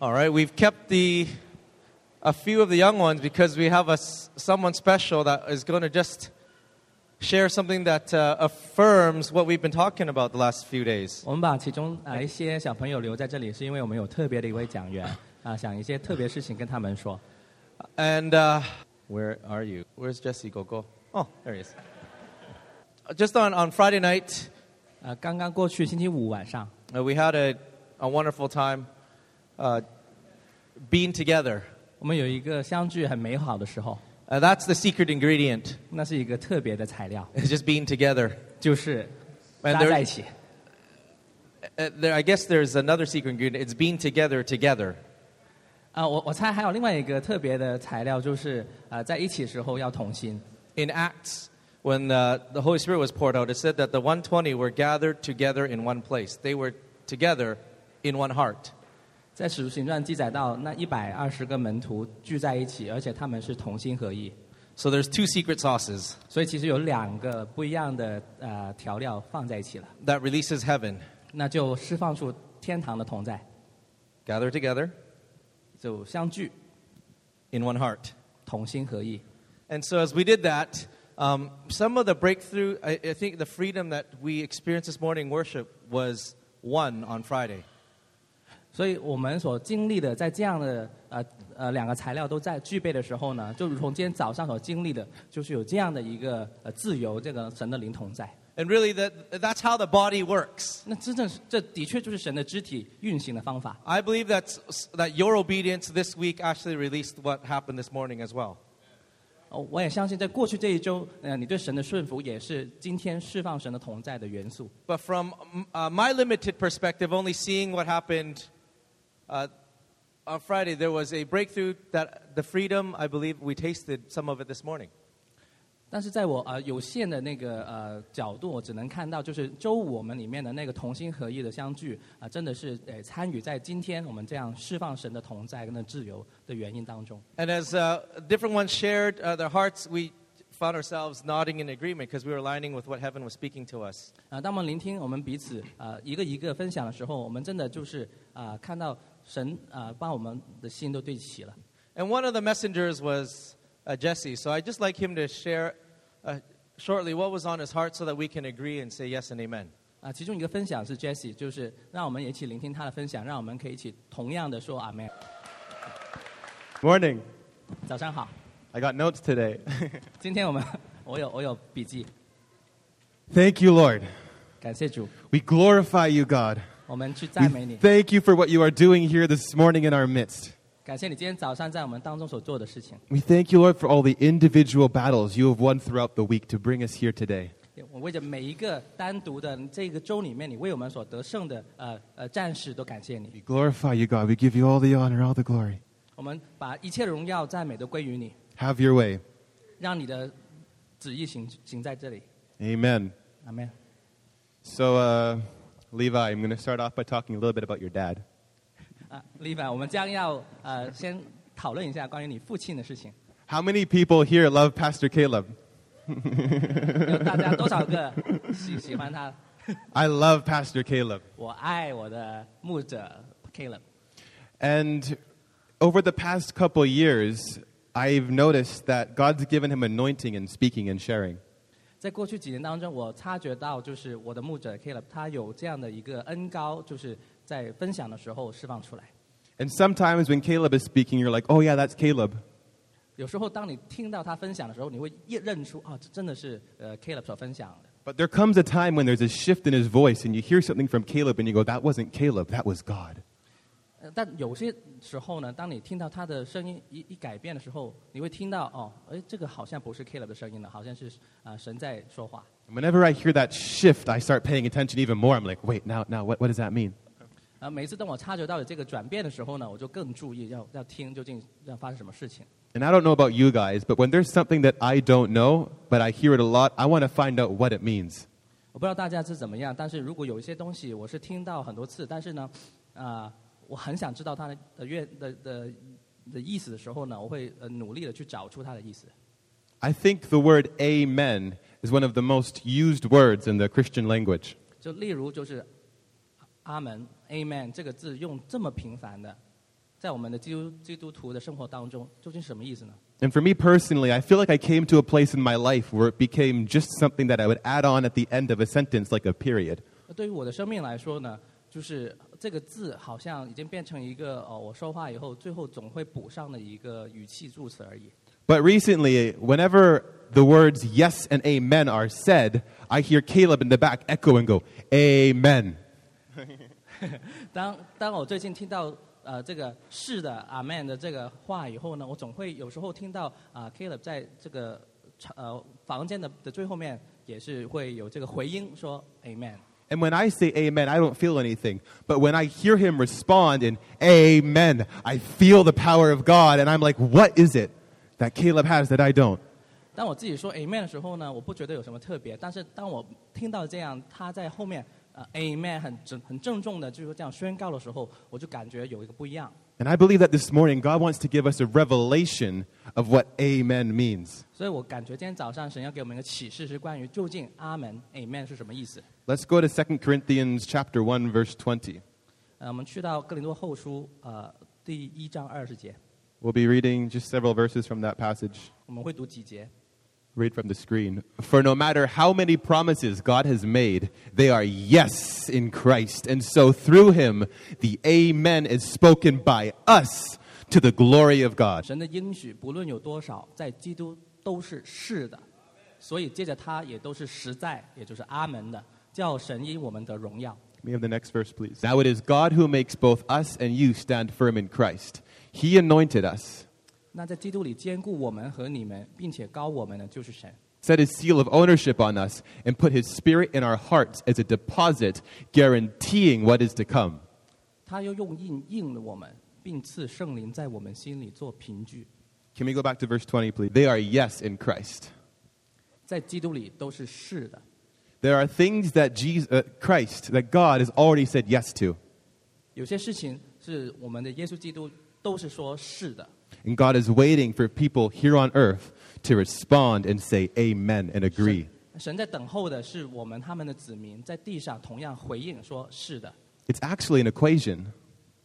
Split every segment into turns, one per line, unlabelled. All right, we've kept the a few of the young ones because we have a s- someone special that is going to just share something that uh, affirms what we've been talking about the last few days.
我们把其中啊一些小朋友留在这里，是因为我们有特别的一位讲 员啊，想一些特别事情跟他们说。
And uh, where are you? Where's Jesse Gogo? Oh, there he is. Just on, on Friday night,
啊，刚刚过去星期五晚上，
uh, we had a, a wonderful time uh, being together.
我们有一个相聚很美好的时候，
Uh, that's the secret ingredient,
那是一个特别的材料，
is just being together.
就是呃
哎
搭
对
在一起。
Uh, there, I guess there's another secret ingredient. It's being together together.
啊，我我猜还有另外一个特别的材料，就是啊，在一起时候要同心。
In Acts, when uh, the Holy Spirit was poured out, it said that the 120 were gathered together in one place. They were together in one heart.
在《使徒行传》记载到，那一百二十个门徒聚在一起，而且他们是同心合意。
So there's two secret sauces
所以其实有两个不一样的呃调料放在一起了，
that releases heaven.
那就释放出天堂的同在，
Gather together
就相聚，
in one heart.
同心合意。
And so as we did that, um, some of the breakthrough, I, I think the freedom that we experienced this morning in worship was one on Friday.
所以我们所经历的，在这样的呃呃两个材料都在具备的时候呢，就如同今天早上所经历的，就是有这样的一个呃自由，这个神的灵同在。
And really, that, that's how the body works.
那真正是这的确就是神的肢体运行的方法。
I believe that's, that your obedience this week actually released what happened this morning as well.
哦，我也相信，在过去这一周，呃，你对神的顺服也是今天释放神的同在的元素。
But from um, uh, my limited perspective, only seeing what happened uh, on Friday, there was a breakthrough that the freedom, I believe we tasted some of it this morning.
但是在我呃有限的那个呃角度，我只能看到就是周五我们里面的那个同心合意的相聚啊、真的是呃参与在今天我们这样释放神的同在跟自由的原因当中。
And as uh, different ones shared uh, their hearts, we found ourselves nodding in agreement because we were aligning with what heaven was speaking to us.
啊、当我们聆听我们彼此呃一个一个分享的时候，我们真的就是啊、看到神啊、把我们的心都对齐了。
And one of the messengers was uh, Jesse. So I'd just like him to share uh, shortly what was on his heart so that we can agree and say yes and amen.
啊、其中一个分享是 Jesse，就是让我们也一起聆听他的分享，让我们可以一起同样的说阿门。
Morning.
早上好，
I got notes today.
今天我们我有我有笔记，
thank you, Lord.
感谢主，
We glorify you, God.
我们去赞美
We
你。
thank you for what you are doing here this morning in our midst.
感谢你今天早上在我们当中所做的事情，
We thank you, Lord, for all the individual battles you have won throughout the week to bring us here today.
我为着每一个单独的这个周里面，你为我们所得胜的呃呃战士都感谢你。
We glorify you, God. We give you all the honor, all the glory.
我们把一切荣耀赞美都归于你，
Have your way.
让你的旨意行行在这里。
Amen.
阿门。
So, uh, Levi, I'm going to start off by talking a little bit about your dad.
啊，李凡，我们将要呃先讨论一下关于你父亲的事情。
How many people here love Pastor Caleb?
有大家多少个喜喜欢他？
I love Pastor Caleb.
我爱我的牧者 Caleb。
And over the past couple years, I've noticed that God's given him anointing in speaking and sharing.
在过去几年当中，我察觉到，就是我的牧者 Caleb，他有这样的一个恩高，就是在分享的时候释放出来。
And sometimes when Caleb is speaking, you're like, oh, yeah, that's Caleb.
有时候，当你听到他分享的时候，你会一认出啊，这真的是呃 Caleb 所分享的。
But there comes a time when there's a shift in his voice and you hear something from Caleb and you go, that wasn't Caleb, that was God.
呃但有些时候呢，当你听到他的声音一一改变的时候，你会听到哦，哎，这个好像不是 Caleb 的声音了，好像是啊、呃神在说话。
And whenever I hear that shift, I start paying attention even more. I'm like, wait, now, now, what, what does that mean?
啊，每次当我察觉到有这个转变的时候呢，我就更注意要要听究竟要发生什么事情。
And I don't know about you guys, but when there's something that I don't know, but I hear it a lot, I want to find out what it means.
我不知道大家是怎么样，但是如果有一些东西我是听到很多次，但是呢，啊、我很想知道它的的乐的的的意思的时候呢，我会呃努力的去找出它的意思。
I think the word amen is one of the most used words in the Christian language.
就例如就是阿门 Amen 这个字用这么频繁的，在我们的基督基督徒的生活当中，究竟是什么意思呢？
And for me personally, I feel like I came to a place in my life where it became just something that I would add on at the end of a sentence, like a period.
那对于我的生命来说呢，就是这个字好像已经变成一个哦，我说话以后最后总会补上的一个语气助词而已。
But recently, whenever the words yes and amen are said, I hear Caleb in the back echo and go, Amen.
当当我最近听到呃这个“是的”阿 man 的这个话以后呢，我总会有时候听到啊、Caleb 在这个场呃房间的的最后面也是会有这个回音说 Amen。
And when I say amen, I don't feel anything. But when I hear him respond in amen, I feel the power of God. And I'm like, what is it that Caleb has that I don't?
当我自己说 Amen 的时候呢，我不觉得有什么特别，但是当我听到这样他在后面呃 Amen 很郑很郑重的就是这样宣告的时候，我就感觉有一个不一样。
And I believe that this morning, God wants to give us a revelation of what amen means.
所以我感觉今天早上神要给我们一个启示，是关于究竟阿门 Amen 是什么意思。
Let's go to 2 Corinthians chapter 1 verse 20.
呃，我们去到哥林多后书呃第一章二十节，
We'll be reading just several verses from that passage.
我们会读几节。
Read from the screen. For no matter how many promises God has made, they are yes in Christ. And so through him, the Amen is spoken by us to the glory of God.
神的应许不论有多少，在基督都是是的，所以接着他也都是实在，也就是阿门的，叫神因我们的荣耀。
Can we have the next verse, please? Now it is God who makes both us and you stand firm in Christ. He anointed us,
那在基督里兼顾我们和你们，并且高我们的就是神。
set his seal of ownership on us, and put his spirit in our hearts as a deposit, guaranteeing what is to come.
他又用印印了我们，并赐圣灵在我们心里做凭据。
Can we go back to verse 20, please? They are yes in Christ.
在基督里都是是的，
There are things that Jesus, uh, Christ, that God has already said yes to,
有些事情是我们的耶稣基督都是说是的，
and God is waiting for people here on earth to respond and say amen and agree.
神在等候的是我们他们的子民在地上同样回应说是的。
It's actually an equation.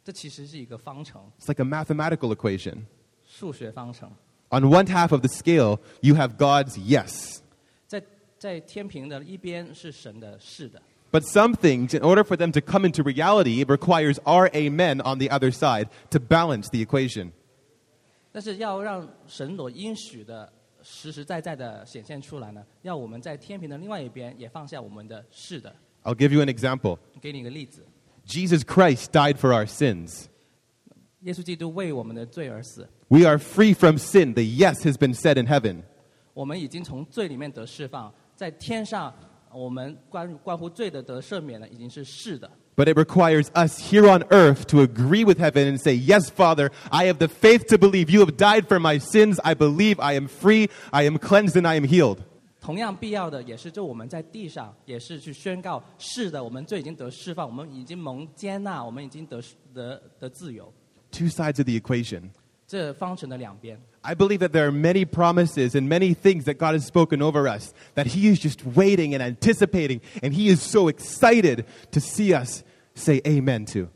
这其实是一个方程，
It's like a mathematical equation.
数学方程。
On one half of the scale, you have God's yes.
在在天平的一边是神的是的，
But some things, in order for them to come into reality, it requires our amen on the other side to balance the equation.
但是要让神所应许的实实在在的显现出来呢，要我们在天平的另外一边也放下我们的是的。
I'll give you an example.
给你一个例子，
Jesus Christ died for our sins.
耶稣基督为我们的罪而死，
We are free from sin. The yes has been said in heaven.
我们已经从罪里面得释放，在天上我们关关乎罪的得赦免呢，已经是是的。
But it requires us here on earth to agree with heaven and say, Yes, Father, I have the faith to believe you have died for my sins. I believe I am free, I am cleansed, and I am healed.
同样必要的也是，就我们在地上也是去宣告，是的，我们罪已经得释放，我们已经蒙接纳，我们已经得得得自由。
Two sides of the equation.
这方程的两边，
I believe that there are many promises and many things that God has spoken over us that He is just waiting and anticipating, and He is so excited to see us say amen to.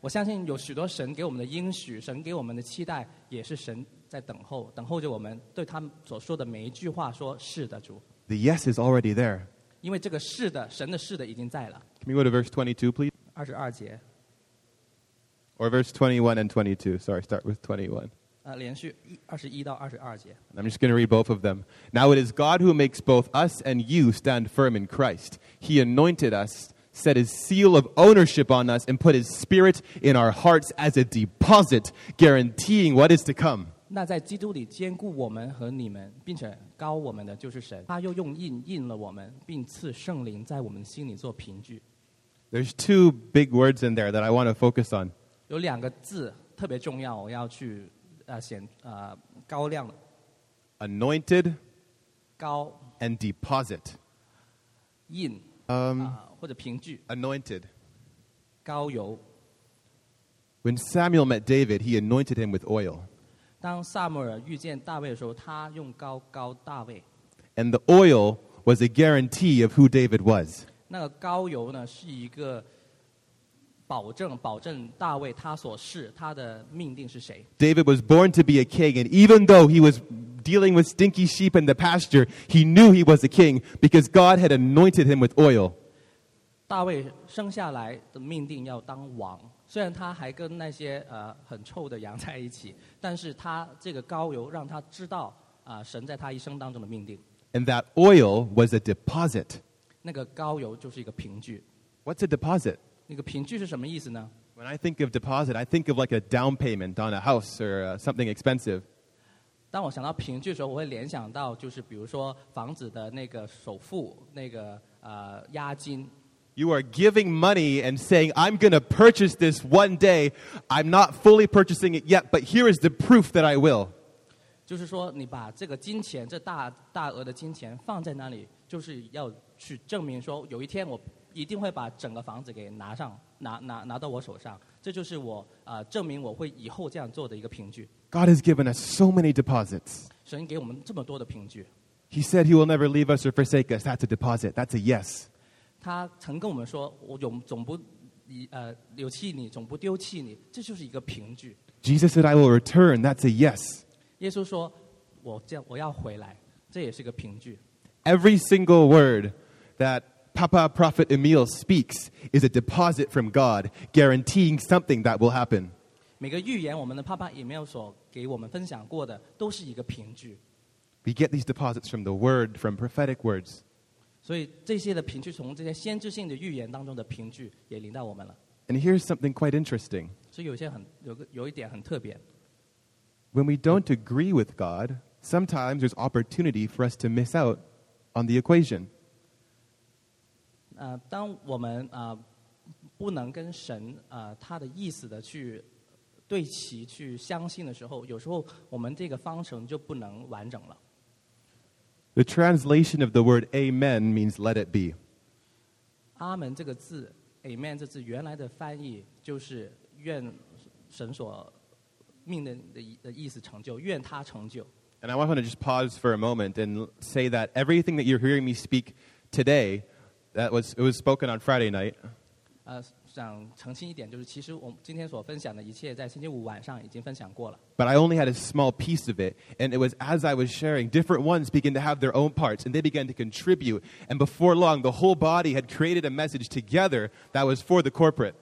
我相信有许多神给我们的应许，神给我们的期待，也是神在等候，等候着我们对他们所说的每一句话说是的，主，
The yes is already there.
因为这个是的，神的是的已经在了。
Can we go to verse 22, please?
二十二节，
Or verse 21 and 22. Sorry, start with 21.
呃，连续一二十一到二十二节。
And I'm just going to read both of them. Now it is God who makes both us and you stand firm in Christ. He anointed us, set his seal of ownership on us, and put his spirit in our hearts as a deposit, guaranteeing what is to come.
那在基督里兼顾我们和你们，并且高我们的就是神，他又用印印了我们，并赐圣灵在我们心里做凭据。
There's two big words in there that I want to focus on.
有两个字特别重要，我要去呃显呃高亮
Anointed
高
and deposit.
印
Um,
啊、或者凭据
anointed.
高油。
When Samuel met David, he anointed him with oil.
当萨母尔遇见大卫的时候，他用高高大卫。
And the oil was a guarantee of who David was.
那个高油呢，是一个保证保证大卫他所是他的命定是谁。
David was born to be a king, and even though he was dealing with stinky sheep in the pasture, he knew he was a king because God had anointed him with oil.
大卫生下来的命定要当王，虽然他还跟那些呃很臭的羊 在一起，但是他这个高油让他知道啊、神在他一生当中的命定。
And that oil was a deposit.
那个高油就是一个凭据，
What's a deposit?
那个凭据是什么意思呢？
When I think of deposit, I think of like a down payment on a house or uh, something expensive.
当我想到凭据的时候，我会联想到就是比如说房子的那个首付、那个呃押金，
You are giving money and saying, I'm going to purchase this one day. I'm not fully purchasing it yet, but here is the proof that I will.
就是说你把这个金钱这大大额的金钱放在那里，就是要去证明说有一天我一定会把整个房子给拿上拿拿拿到我手上，这就是我啊、呃证明我会以后这样做的一个凭据。
God has given us so many deposits.
神给我们这么多的凭据，
He said He will never leave us or forsake us. That's a deposit. That's a yes.
他曾跟我们说，我永总不以呃有弃你，总不丢弃你，这就是一个凭据。
Jesus said, I will return. That's a yes.
耶稣说：“我这样我要回来。”这也是个凭据。
Every single word that Papa Prophet Emil speaks is a deposit from God, guaranteeing something that will happen.
每个预言，我们的爸爸也没有所给我们分享过的，都是一个凭据。
We get these deposits from the word, from prophetic words.
所以这些的凭据，从这些先知性的预言当中的凭据，也临到我们了。
And here's something quite interesting.
所以有些很有个有一点很特别，
When we don't agree with God, sometimes there's opportunity for us to miss out on the equation.
呃，当我们啊、呃不能跟神啊、呃他的意思的去对齐去相信的时候，有时候我们这个方程就不能完整了。
The translation of the word amen means let it be.
阿门这个字，Amen 这字原来的翻译就是愿神所命的的意的意思成就，愿他成就。
And I want to just pause for a moment and l- say that everything that you're hearing me speak today, that was, it was spoken on Friday night,
呃，想澄清一点，就是其实我们今天所分享的一切，在星期五晚上已经分享过了。
but I only had a small piece of it. And it was as I was sharing, different ones began to have their own parts and they began to contribute. And before long, the whole body had created a message together that was for the corporate.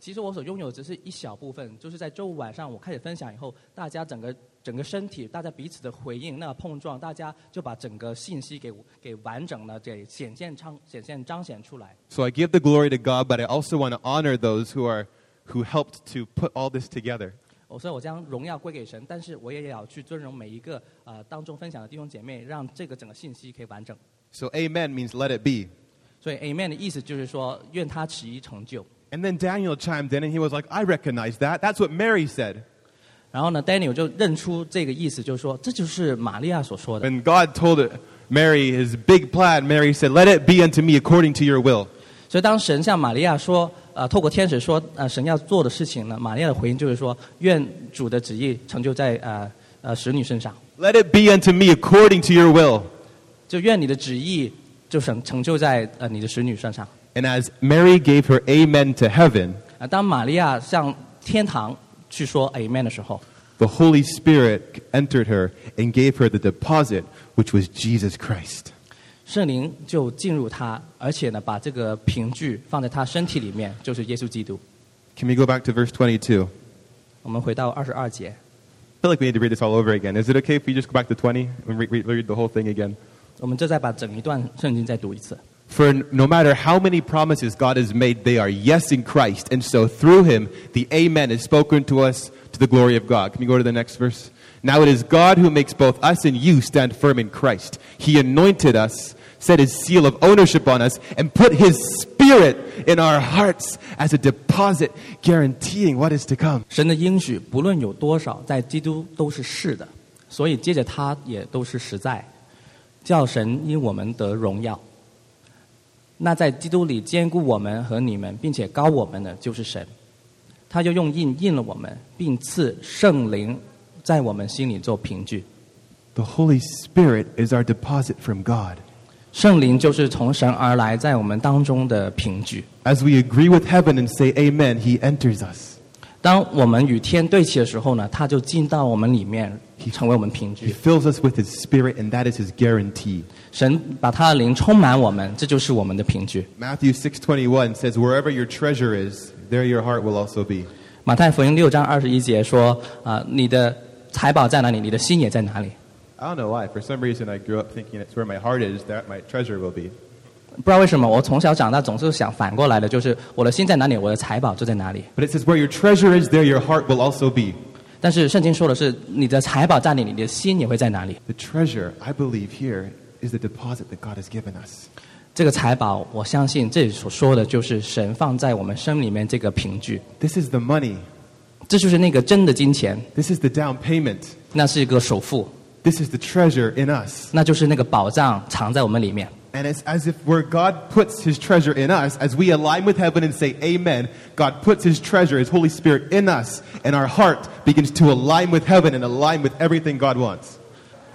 其实我所拥有的只是一小部分，就是在周五晚上我开始分享以后，大家整个整个身体，大家彼此的回应，那个碰撞，大家就把整个信息给给完整的给显现彰显现彰显出来。
So I give the glory to God, but I also want to honor those who are who helped to put all this together.
我哦所以我将荣耀归给神，但是我也要去尊荣每一个呃当中分享的弟兄姐妹，让这个整个信息可以完整。
So amen means let it be.
所以 Amen 的意思就是说，愿他旨意成就。
And then Daniel chimed in and he was like, I recognize that. That's what Mary said.
然后呢，Daniel 就认出这个意思，就是说这就是玛利亚所说的。
When God told it, Mary his big plan, Mary said, Let it be unto me according to your will.
所以当神向玛利亚说，呃，透过天使说，呃，神要做的事情呢，玛利亚的回应就是说，愿主的旨意成就在呃呃使女身上，
Let it be unto me according to your will.
就愿你的旨意就成成就在呃你的使女身上。
And as Mary gave her amen to heaven,
啊、当玛利亚向天堂去说 Amen 的时候。
the Holy Spirit entered her and gave her the deposit, which was Jesus Christ.
圣灵就进入他，而且呢，把这个凭据放在他身体里面，就是耶稣基督。
Can we go back to verse 22?
我们回到二十二节，
I feel like we need to read this all over again. Is it okay if we just go back to 20 and re- re- read the whole thing again?
我们就再把整一段圣经再读一次。
For n- no matter how many promises God has made, they are yes in Christ. And so through him, the Amen is spoken to us to the glory of God. Can we go to the next verse? Now it is God who makes both us and you stand firm in Christ. He anointed us, set his seal of ownership on us, and put his spirit in our hearts as a deposit, guaranteeing what is to come.
神的应许不论有多少，在基督都是是的，所以接着他也都是实在，叫神因我们得荣耀。那在基督里兼顾我们和你们，并且高我们的就是神，他就用印印了我们，并赐圣灵在我们心里做凭据。
The Holy Spirit is our deposit from God.
圣灵就是从神而来，在我们当中的凭据。
As we agree with heaven and say amen, he enters us.
当我们与天对齐的时候呢，他就进到我们里面，成为我们凭
He
据。
fills us with his spirit, and that is his guarantee.
神把他的灵充满我们，这就是我们的凭据。
Matthew 6:21 says, "Wherever your treasure is, there your heart will also be."
马太福音六章二十一节说：“啊、你的财宝在哪里，你的心也在哪里。
I don't know why. For some reason, I grew up thinking it's where my heart is that my treasure will be. ”
不知道为什么，我从小长大总是想反过来的，就是我的心在哪里，我的财宝就在哪里。
But it says, "Where your treasure is, there your heart will also be."
但是圣经说的是，你的财宝在哪里，你的心也会在哪里。
The treasure, I believe, here is the deposit that God has given us.
这个财宝，我相信这里所说的就是神放在我们生里面这个凭据，
This is the money.
这就是那个真的金钱，
This is the down payment.
那是一个首付，
This is the treasure in us.
那就是那个宝藏藏在我们里面。
And it's as if where God puts his treasure in us, as we align with heaven and say amen, God puts his treasure, his Holy Spirit in us, and our heart begins to align with heaven and align with everything God wants.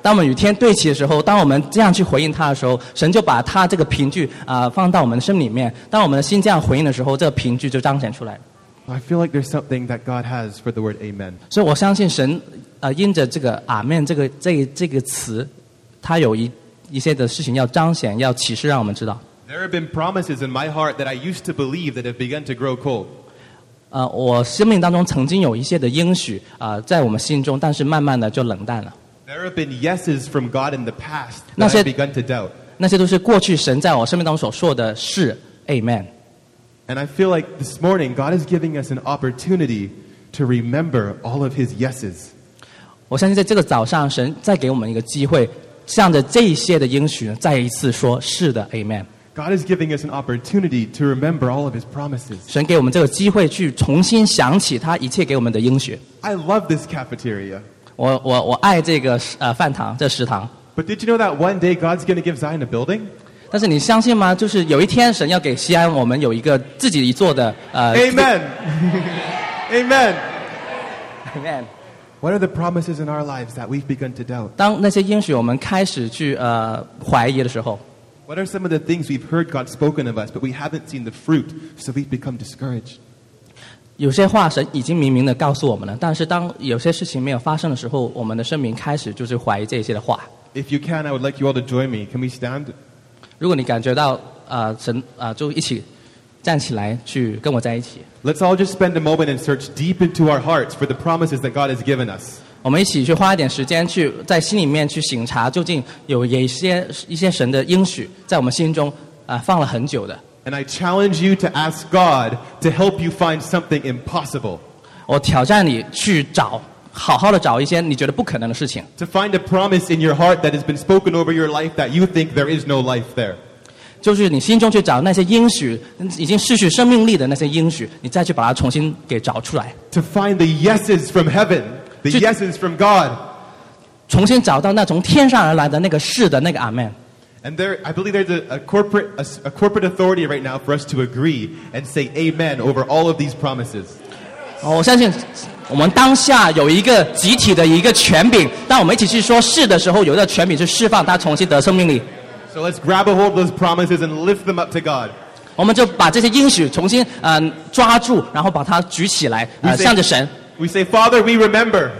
当我们与天对齐的时候，当我们这样去回应他的时候，神就把他这个凭据啊、放到我们的生里面。当我们的心这样回应的时候，这个凭据就彰显出来了。
I feel like there's something that God has for the word amen.
所以我相信神啊、呃因着这个阿门这个这这个词，他有一一些的事情要彰显，要启示让我们知道。
There have been promises in my heart that I used to believe that have begun to grow cold.
呃，我生命当中曾经有一些的应许啊、呃在我们心中，但是慢慢的就冷淡了。
There have been yeses from God in the past that
Now,
I've
said-
begun to doubt.
那些都是过去神在我生命当中所说的是，Amen。
And I feel like this morning God is giving us an opportunity to remember all of his yeses.
我相信在这个早上，神再给我们一个机会，向着这一些的应许，再一次说是的，Amen。
God is giving us an opportunity to remember all of his promises.
神给我们这个机会去重新想起他一切给我们的应许。
I love this cafeteria.
我我我爱这个呃饭堂，这食堂。
But did you know that one day God's going to give Zion a building?
但是你相信吗？就是有一天，神要给西安我们有一个自己一座的呃
Amen. Amen.
Amen。
What are the promises in our lives that we've begun to doubt?
当那些应许我们开始去呃怀疑的时候，
What are some of the things we've heard God spoken of us, but we haven't seen the fruit, so we've become discouraged?
有些话神已经明明的告诉我们了，但是当有些事情没有发生的时候，我们的生命开始就是怀疑这些的话。
If you can, I would like you all to join me. Can we stand?
如果你感觉到呃神啊、呃就一起站起来去跟我在一起，
Let's all just spend a moment and search deep into our hearts for the promises that God has given us.
我们一起去花一点时间去在心里面去醒察，究竟有有一些一些神的应许在我们心中啊、呃放了很久的。
And I challenge you to ask God to help you find something impossible,
我挑战你去找，好好的找一些你觉得不可能的事情，
to find a promise in your heart that has been spoken over your life that you think there is no life there.
就是你心中去找那些应许，已经失去生命力的那些应许，你再去把它重新给找出来，
To find the yeses from heaven, the
Ju-
yeses from God.
重新找到那从天上而来的那个是的那个阿门。
And there, I believe there's a, a corporate, a s a corporate authority right now for us to agree and say amen over all of these promises.
哦我相信我们当下有一个集体的一个权柄，当我们一起去说是的时候，有一个权柄去释放它，重新得生命力。
So let's grab a hold of those promises and lift them up to God.
我们就把这些应许重新嗯、呃抓住，然后把它举起来，
We
呃，
say-
向着神，
We say, Father, we remember.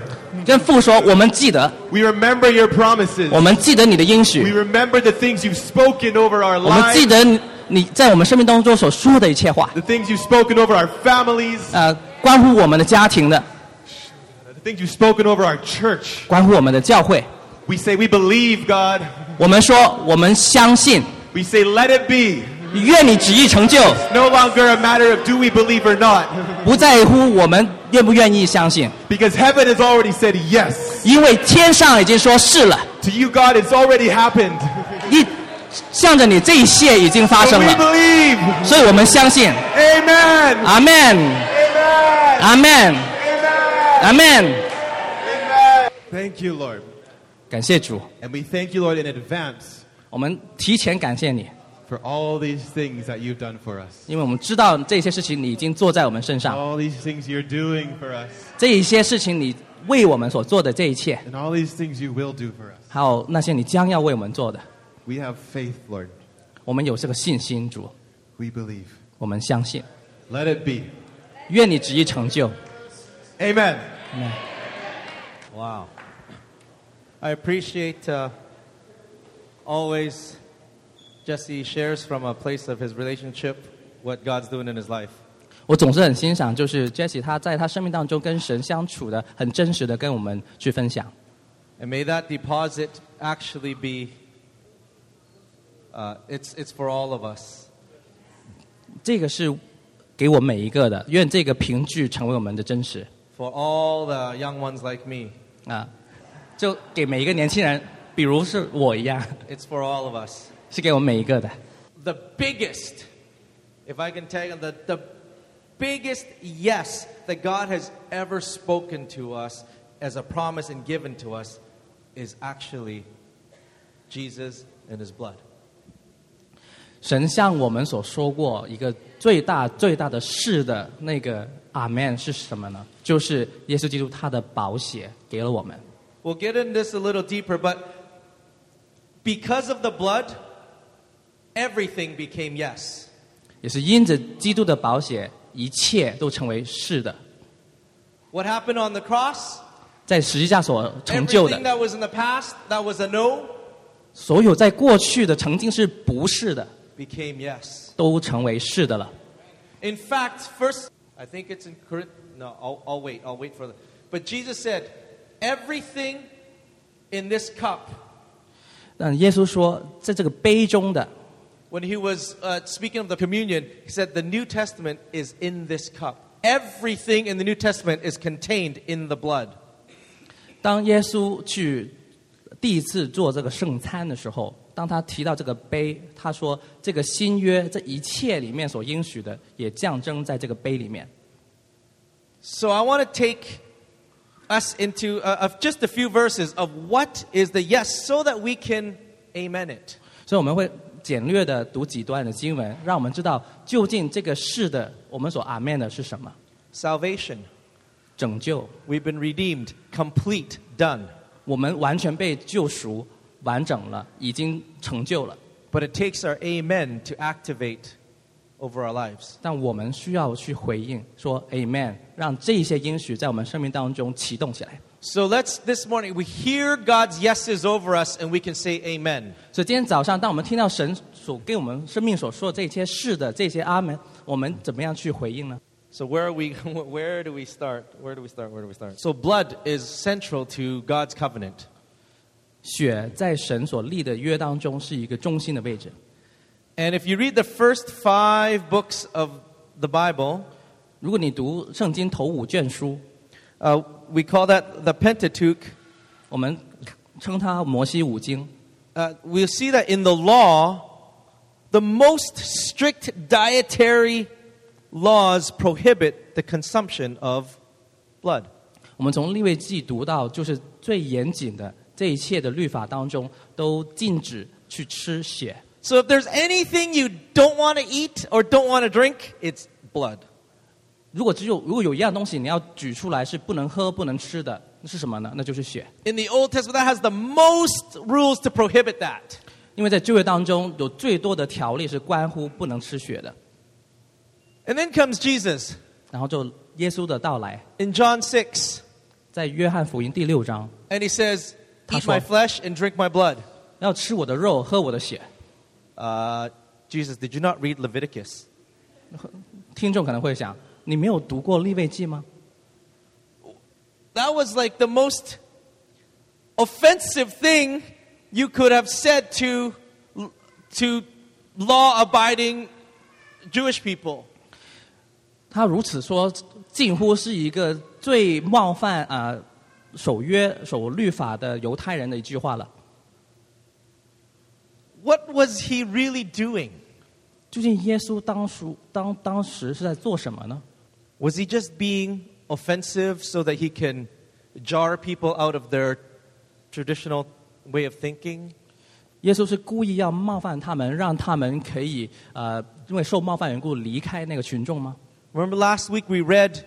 跟父说，我们记得，
We remember your promises.
我们记得你的应许
We，remember the things you've spoken over our
我们记
lives,
得你你在我们生命当中所说的一切话，
the things you've spoken over our families,
呃，关乎我们的家庭的，
the things you've spoken over our church.
关乎我们的教会。
We say, We believe, God.
我们说，我们相信，
We say, Let it be.
愿你旨意成就，
No longer a matter of do we believe or not,
不在乎我们愿不愿意相信，
because heaven has already said yes.
因为天上已经说是了，
To you, God, it's already happened.
一向着你这一切已经发
So
生
we
了，
believe.
所以我们相信，
Amen.
阿门，
Amen.
阿门，
Amen.
阿门。
Amen. Thank you, Lord.
感谢主，
And we thank you, Lord, in advance
我们提前感谢你，
for all these things that you've done for us,
因为我们知道这些事情你已经做在我们身上，
all these things you're doing for us.
这一些事情你为我们所做的这一切，
and all these things you will do for us.
还有那些你将要为我们做的，
We have faith, Lord.
我们有这个信心，主，
We believe.
我们相信，
Let it be.
愿你旨意成就。
Amen.
Amen.
Wow.
I appreciate uh, always Jesse shares from a place of his relationship what God's doing in his life.
我总是很欣赏，就是 Jesse 他在他生命当中跟神相处的很真实的跟我们去分享。
And may that deposit actually be, uh, it's, it's for all of us.
这个是给我每一个的，愿这个凭据成为我们的真实
For all the young ones like me,
啊！就给每一个年轻人，比如是我一样，
it's for all of us.
是给我们每一个的。
The biggest, if I can tag on the, the biggest yes that God has ever spoken to us as a promise and given to us is actually Jesus and his blood.
神向我们所说过一个最大最大的是的那个阿 man 是什么呢？就是耶稣基督他的宝血给了我们。
We'll get into this a little deeper, but because of the blood, everything became yes.
也是因着基督的宝血，一切都成为是的，
What happened on the cross?
在实际上所成就
Everything
的，
that was in the past, that was a no,
所有在过去的曾经是不是的，
became yes.
都成为是的了。
In fact, first, I think it's in Corinth. No, I'll, I'll wait. I'll wait for the. But Jesus said, everything in this cup,
但耶稣说，在这个杯中的，
when he was uh, speaking of the communion, he said, the New Testament is in this cup. Everything in the New Testament is contained in the blood.
当耶稣去第一次做这个圣餐的时候，当他提到这个杯，他说这个新约这一切里面所应许的，也降征在这个杯里面。
So I want to take us into uh, of just a few verses of what is the yes so that we can amen it.
所以我们会简略的读几段的经文，让我们知道究竟这个是的，我们所阿门的是什么，
Salvation.
拯救
We've been redeemed, complete, done.
我们完全被救赎，完整了，已经成就了。
But it takes our amen to activate over our lives.
但我们需要去回应说 Amen，让这些应许在我们生命当中启动起来。
So let's this morning we hear God's yeses over us and we can say amen.
所以今天早上，当我们听到神所给我们生命所说的这些是的这些阿门，我们怎么样去回应呢？
So where are we where do we start? Where do we start? Where do we start? So blood is central to God's covenant.
血在神所立的约当中是一个中心的位置。
And if you read the first 5 books of the Bible,
如果你读圣经头五卷书，
Uh, we call that the Pentateuch.
我们称它摩西五经。
Uh, we'll see that in the law, the most strict dietary laws prohibit the consumption of blood.
我们从立位记读到，就是最严谨的这一切的律法当中，都禁止去吃血。
So if there's anything you don't want to eat or don't want to drink, it's blood.
如果只有如果有一样东西你要举出来是不能喝不能吃的，那是什么呢？那就是血。
In the Old Testament, that has the most rules to prohibit that.
因为在旧约当中有最多的条例是关乎不能吃血的。
And then comes Jesus
然后就耶稣的到来，
in John 6,
在约翰福音第六章，
and he says, Eat
That's
my
all.
flesh and drink my blood.
要吃我的肉，喝我的血。
Uh, Jesus, did you not read Leviticus?
听众可能会想，你没有读过立位记吗？
That was like the most offensive thing you could have said to, to law abiding Jewish people.
他如此说，近乎是一个最冒犯啊、呃守约守律法的犹太人的一句话了。
What was he really doing?
究竟耶稣当时当当时是在做什么呢？
Was he just being offensive so that he can jar people out of their traditional way of thinking?
耶稣是故意要冒犯他们，让他们可以呃，因为受冒犯缘故离开那个群众吗？
Remember last week we read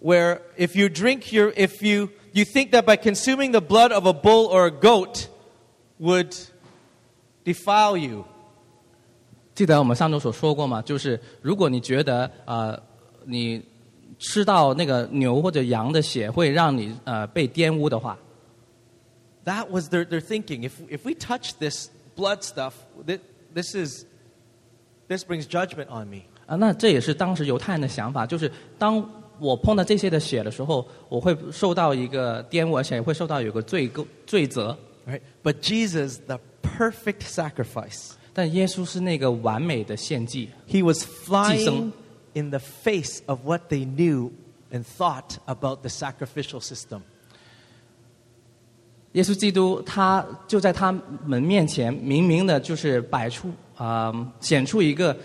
where if you drink your if you you think that by consuming the blood of a bull or a goat would defile you.
记得我们上周所说过嘛，就是如果你觉得呃你吃到那个牛或者羊的血会让你呃被玷污的话，
That was their, their thinking. If, if we touch this blood stuff, thi- this, is, this brings judgment on me.
啊，那这也是当时犹太人的想法，就是当我碰到这些的血的时候，我会受到一个玷污，而且会受到有个罪垢罪责。
Right? But Jesus, the perfect sacrifice,
但耶稣是那个完美的献祭，
he was flying
Jisung.
in the face of what they knew and thought about the sacrificial system.
耶稣基督他就在他们面前，明明的就是摆出啊、显出一个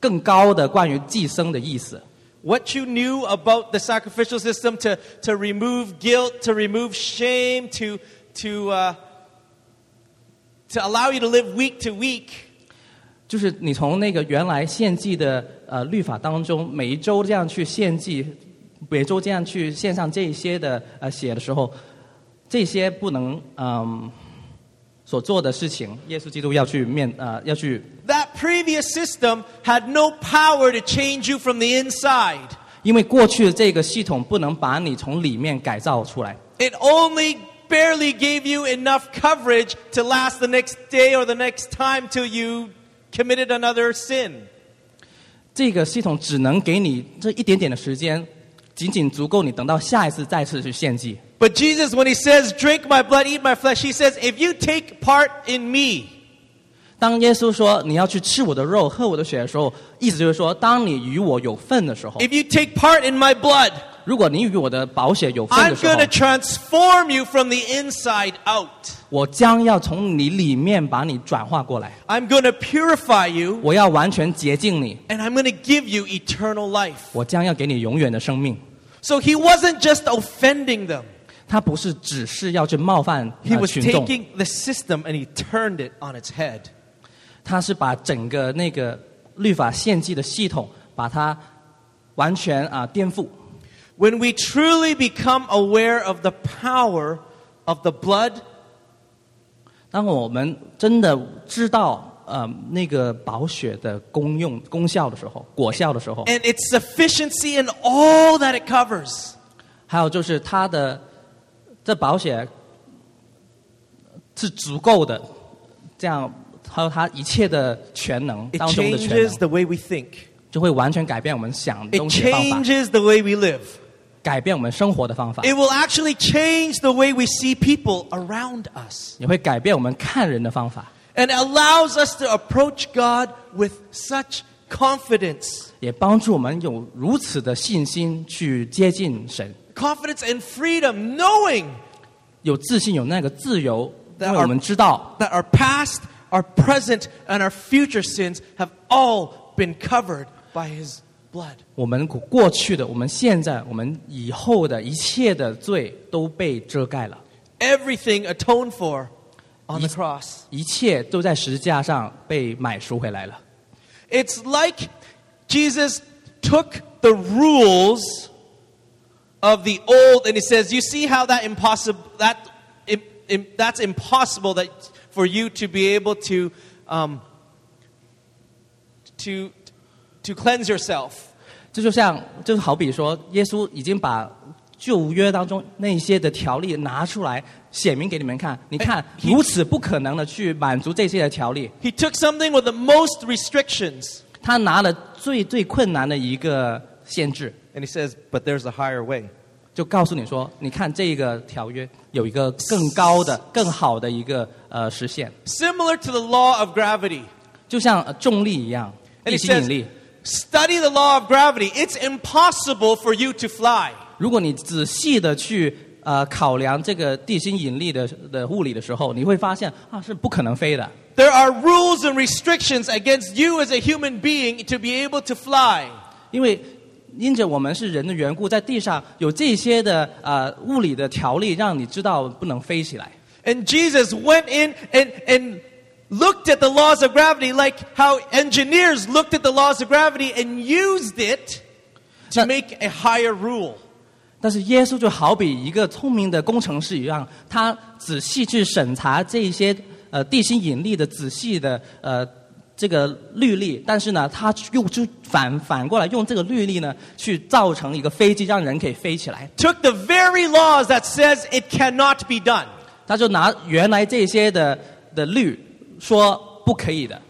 更高的关于寄生的意思。
What you knew about the sacrificial system to, to remove guilt, to remove shame, to, to, uh, to allow you to live week to week.
就是你从那个原来献祭的呃律法当中，每一周这样去献祭，每周这样去献上这一些的呃血的时候，这些不能嗯、所做的事情，耶稣基督要去面呃要去，
That previous system had no power to change you from the inside.
因为过去的这个系统不能把你从里面改造出来，
It only barely gave you enough coverage to last the next day or the next time till you committed another sin.
这个系统只能给你这一点点的时间，仅仅足够你等到下一次再次去献祭。
But Jesus, when he says, Drink my blood, eat my flesh, he says, If you take part in me,
当耶稣说你要去吃我的肉、喝我的血的时候，意思就是说，当你与我有份的时候，
if you take part in my blood,
如果你与我的保险有份
I'm
的时候
going to，transform you from the inside out.
我将要从你里面把你转化过来，
I'm going to purify you,
我要完全洁净你，
and I'm going to give you eternal life.
我将要给你永远的生命。
So he wasn't just offending them.
他不是只是要去冒犯、
He
呃、
was
群众，
taking the system and he turned it on its head.
他是把整个那个律法献祭的系统把它完全啊、颠覆。
When we truly become aware of the power of the blood,
当我们真的知道呃那个保血的功用、功效的时候、果效的时候，
and its sufficiency and all that it covers.
还有就是它的这保险是足够的，这样还有它一切的全能
It
当中的全
changes the
能，
way we think.
就会完全改变我们想
It
东西的方法，
changes the way we live.
改变我们生活的方法，
It will actually change the way we see people around us
也会改变我们看人的方法，
and allows us to approach God with such confidence.
也帮助我们有如此的信心去接近神，
Confidence and freedom, knowing
有自信，有那个自由，
That
因为我们
are-
知道
that our past, our present, and our future sins have all been covered by his blood.
我们过去的、我们现在、我们以后的一切的罪都被遮盖了。
Everything atoned for on the
Ye-
cross.
一切都在十字架上被买赎回来了。
It's like Jesus took the rules of the old and he says, You see how that impossible that im, im- that's impossible that for you to be able to um, to to cleanse yourself.
这就像，就是好比说，耶稣已经把旧约当中那些的条例拿出来写明给你们看。你看，
he-
如此不可能的去满足这些的条例，
He took something with the most restrictions.
他拿了最最困难的一个限制，
And he says, But there's a higher way.
就告诉你说，你看这个条约有一个更高的、更好的一个呃实现，
Similar to the law of gravity.
就像呃重力一样，
And he
地心
says,
引力。
Study the law of gravity. It's impossible for you to fly.
如果你仔细的去呃考量这个地心引力的的物理的时候，你会发现啊是不可能飞的，
There are rules and restrictions against you as a human being to be able to fly.
因为因着我们是人的缘故，在地上有这些的呃物理的条例，让你知道不能飞起来。
And Jesus went in and, and looked at the laws of gravity like how engineers looked at the laws of gravity and used it to
Now-
make a higher rule.
但是耶稣就好比一个聪明的工程师一样，他仔细去审查这些呃地心引力的仔细的呃这个律例，但是呢，他又就反反过来用这个律例呢去造成一个飞机，让人可以飞起来。
Took the very laws that says it cannot be done.
他就拿原来这些的的律说不可以的，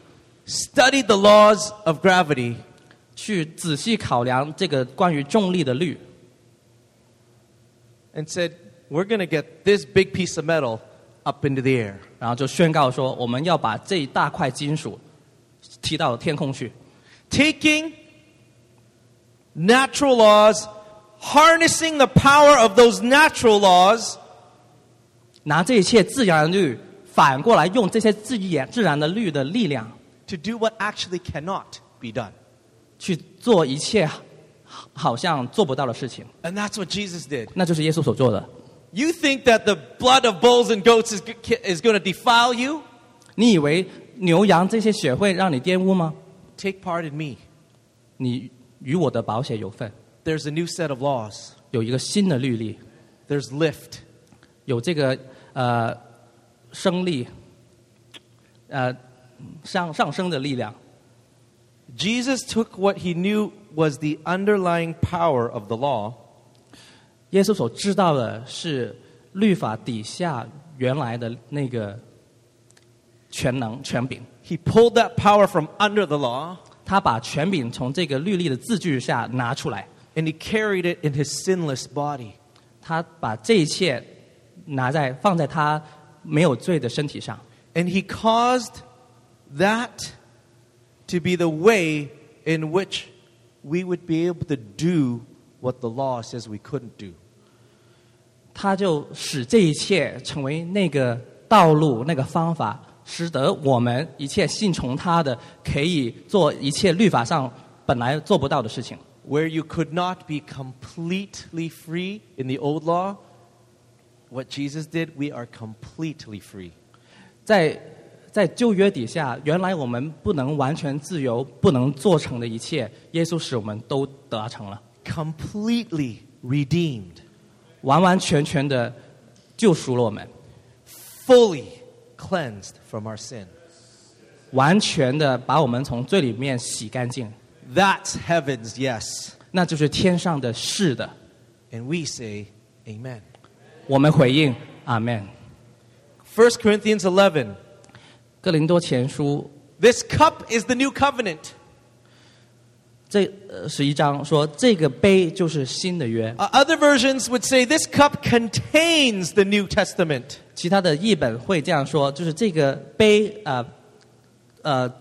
Studied the laws of gravity
去仔细考量这个关于重力的律，
and said, we're going to get this big piece of metal up into the air.
然后就宣告说我们要把这一大块金属踢到天空去。
Taking natural laws, harnessing the power of those natural laws
拿这一切自然律，反过来用这些自然自然的律的力量
to do what actually cannot be done.
去做一切好好像做不到的事情，
And that's what Jesus did.
那就是耶稣所做的。
You think that the blood of bulls and goats is, is going to defile you?
你以为牛羊这些血会让你玷污吗？
Take part in me.
你与我的保险有份，
There's a new set of laws.
有一个新的律例，
There's lift.
有这个呃升力，呃上上升的力量。
Jesus took what he knew was the underlying power of the law
耶稣所知道的是律法底下原来的那个全能权柄。
He pulled that power from under the law
他把权柄从这个律例的字句下拿出来，
and he carried it in his sinless body.
他把这一切拿在放在他没有罪的身体上，
And he caused that to be the way in which we would be able to do what the law says we couldn't do.
他就使这一切成为那个道路、那个方法，使得我们一切信从他的，可以做一切律法上本来做不到的事情。
Where you could not be completely free in the old law, what Jesus did, we are completely free.
在在旧约底下，原来我们不能完全自由、不能做成的一切，耶稣使我们都达成了，
Completely redeemed,
完完全全的救赎了我们。
fully cleansed from our sin.
完全的把我们从罪里面洗干净，
That's heaven's yes.
那就是天上的是的。
And we say, Amen.
我们回应阿门。
1 Corinthians 11.
哥林多前书
This cup is the new covenant.
这呃十一章说，这个杯就是新的约。
Uh, other versions would say this cup contains the New Testament.
其他的译本会这样说，就是这个杯呃呃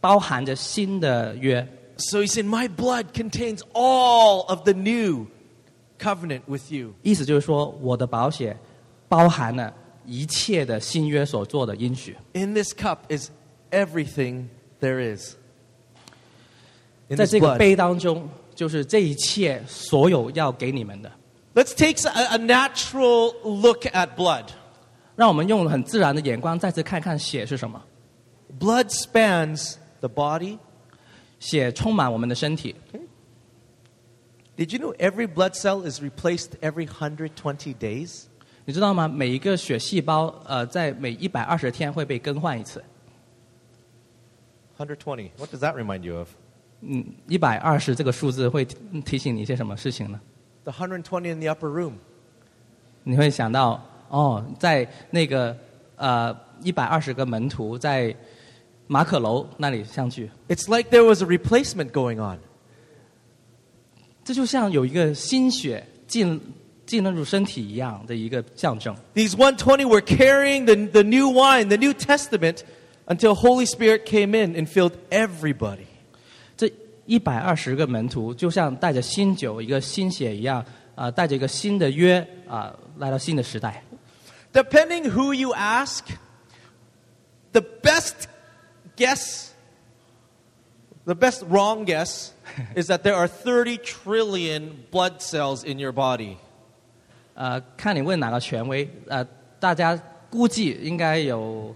包含着新的约。
So he said, My blood contains all of the new covenant with you.
意思就是说，我的保险包含了一切的新约所做的应许。
In this cup is everything there is. In
在
this
这个
blood.
杯当中，就是这一切所有要给你们的。
Let's take a, a natural look at blood.
让我们用很自然的眼光再次看看血是什么。
Blood spans the body.
血充满我们的身体。
Did you know every blood cell is replaced every 120 days?
你知道吗？每一个血细胞，呃，在每一百二十天会被更换一次。
120. What does that remind you of?
嗯，一百二十这个数字会提提醒你一些什么事情呢？
The 120 in the upper room.
你会想到，哦，在那个呃一百二十个门徒在马可楼那里相聚，
It's like there was a replacement going on.
这就像有一个新血进进入身体一样的一个象征。
These 120 were carrying the, the new wine, the New Testament, until Holy Spirit came in and filled everybody.
这一百二十个门徒就像带着新酒、一个新血一样，啊、带着一个新的约啊、来到新的时代。
Depending who you ask, the best guess, the best wrong guess, is that there are 30 trillion blood cells in your body.
呃，看你问哪个权威，呃，大家估计应该有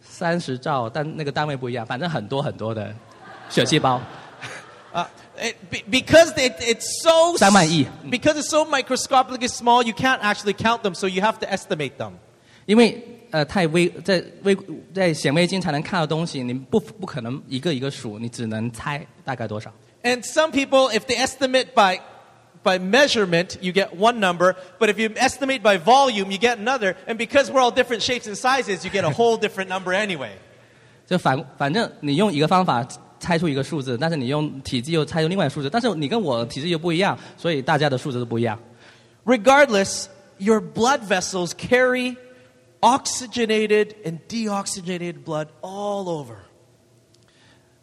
三十兆，但那个单位不一样，反正很多很多的血细胞。
Uh, It, be- because it, it's so
3万亿。
because it's so microscopically small, you can't actually count them, so you have to estimate them.
因为呃太微在微在显微镜才能看到东西，你不不可能一个一个数，你只能猜大概多少。
And some people, if they estimate by by measurement, you get one number, but if you estimate by volume, you get another. And because we're all different shapes and sizes, you get a whole different number anyway.
就反反正你用一个方法猜出一个数字，但是你用体积又猜出另外一个数字，但是你跟我体积又不一样，所以大家的数字都不一样。
Regardless, your blood vessels carry oxygenated and deoxygenated blood all over.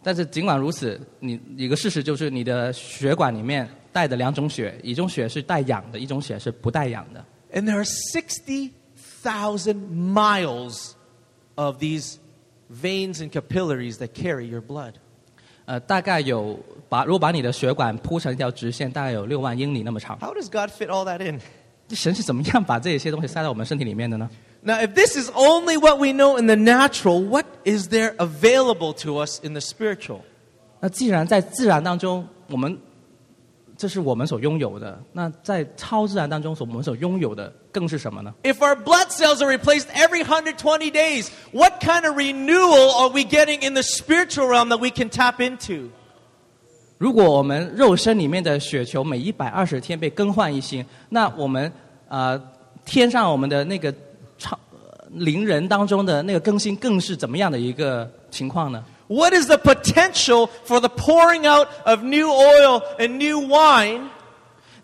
但是尽管如此，你一个事实就是你的血管里面带的两种血，一种血是带氧的，一种血是不带氧的。
And there are 60,000 miles of these veins and capillaries that carry your blood.
呃，大概有把如果把你的血管铺成一条直线，大概有六万英里那么长。
How does God fit all that in?
神是怎么样把这些东西塞到我们身体里面的呢？
Now, if this is only what we know in the natural, what is there available to us in the spiritual?
那既然在自然当中，我们这是我们所拥有的，那在超自然当中所我们所拥有的更是什么呢？
If our blood cells are replaced every 120 days, what kind of renewal are we getting in the spiritual realm that we can tap into?
如果我们肉身里面的血球每一百二十天被更换一新，那我们呃天上我们的那个超呃灵人当中的那个更新更是怎么样的一个情况呢？
What is the potential for the pouring out of new oil and new wine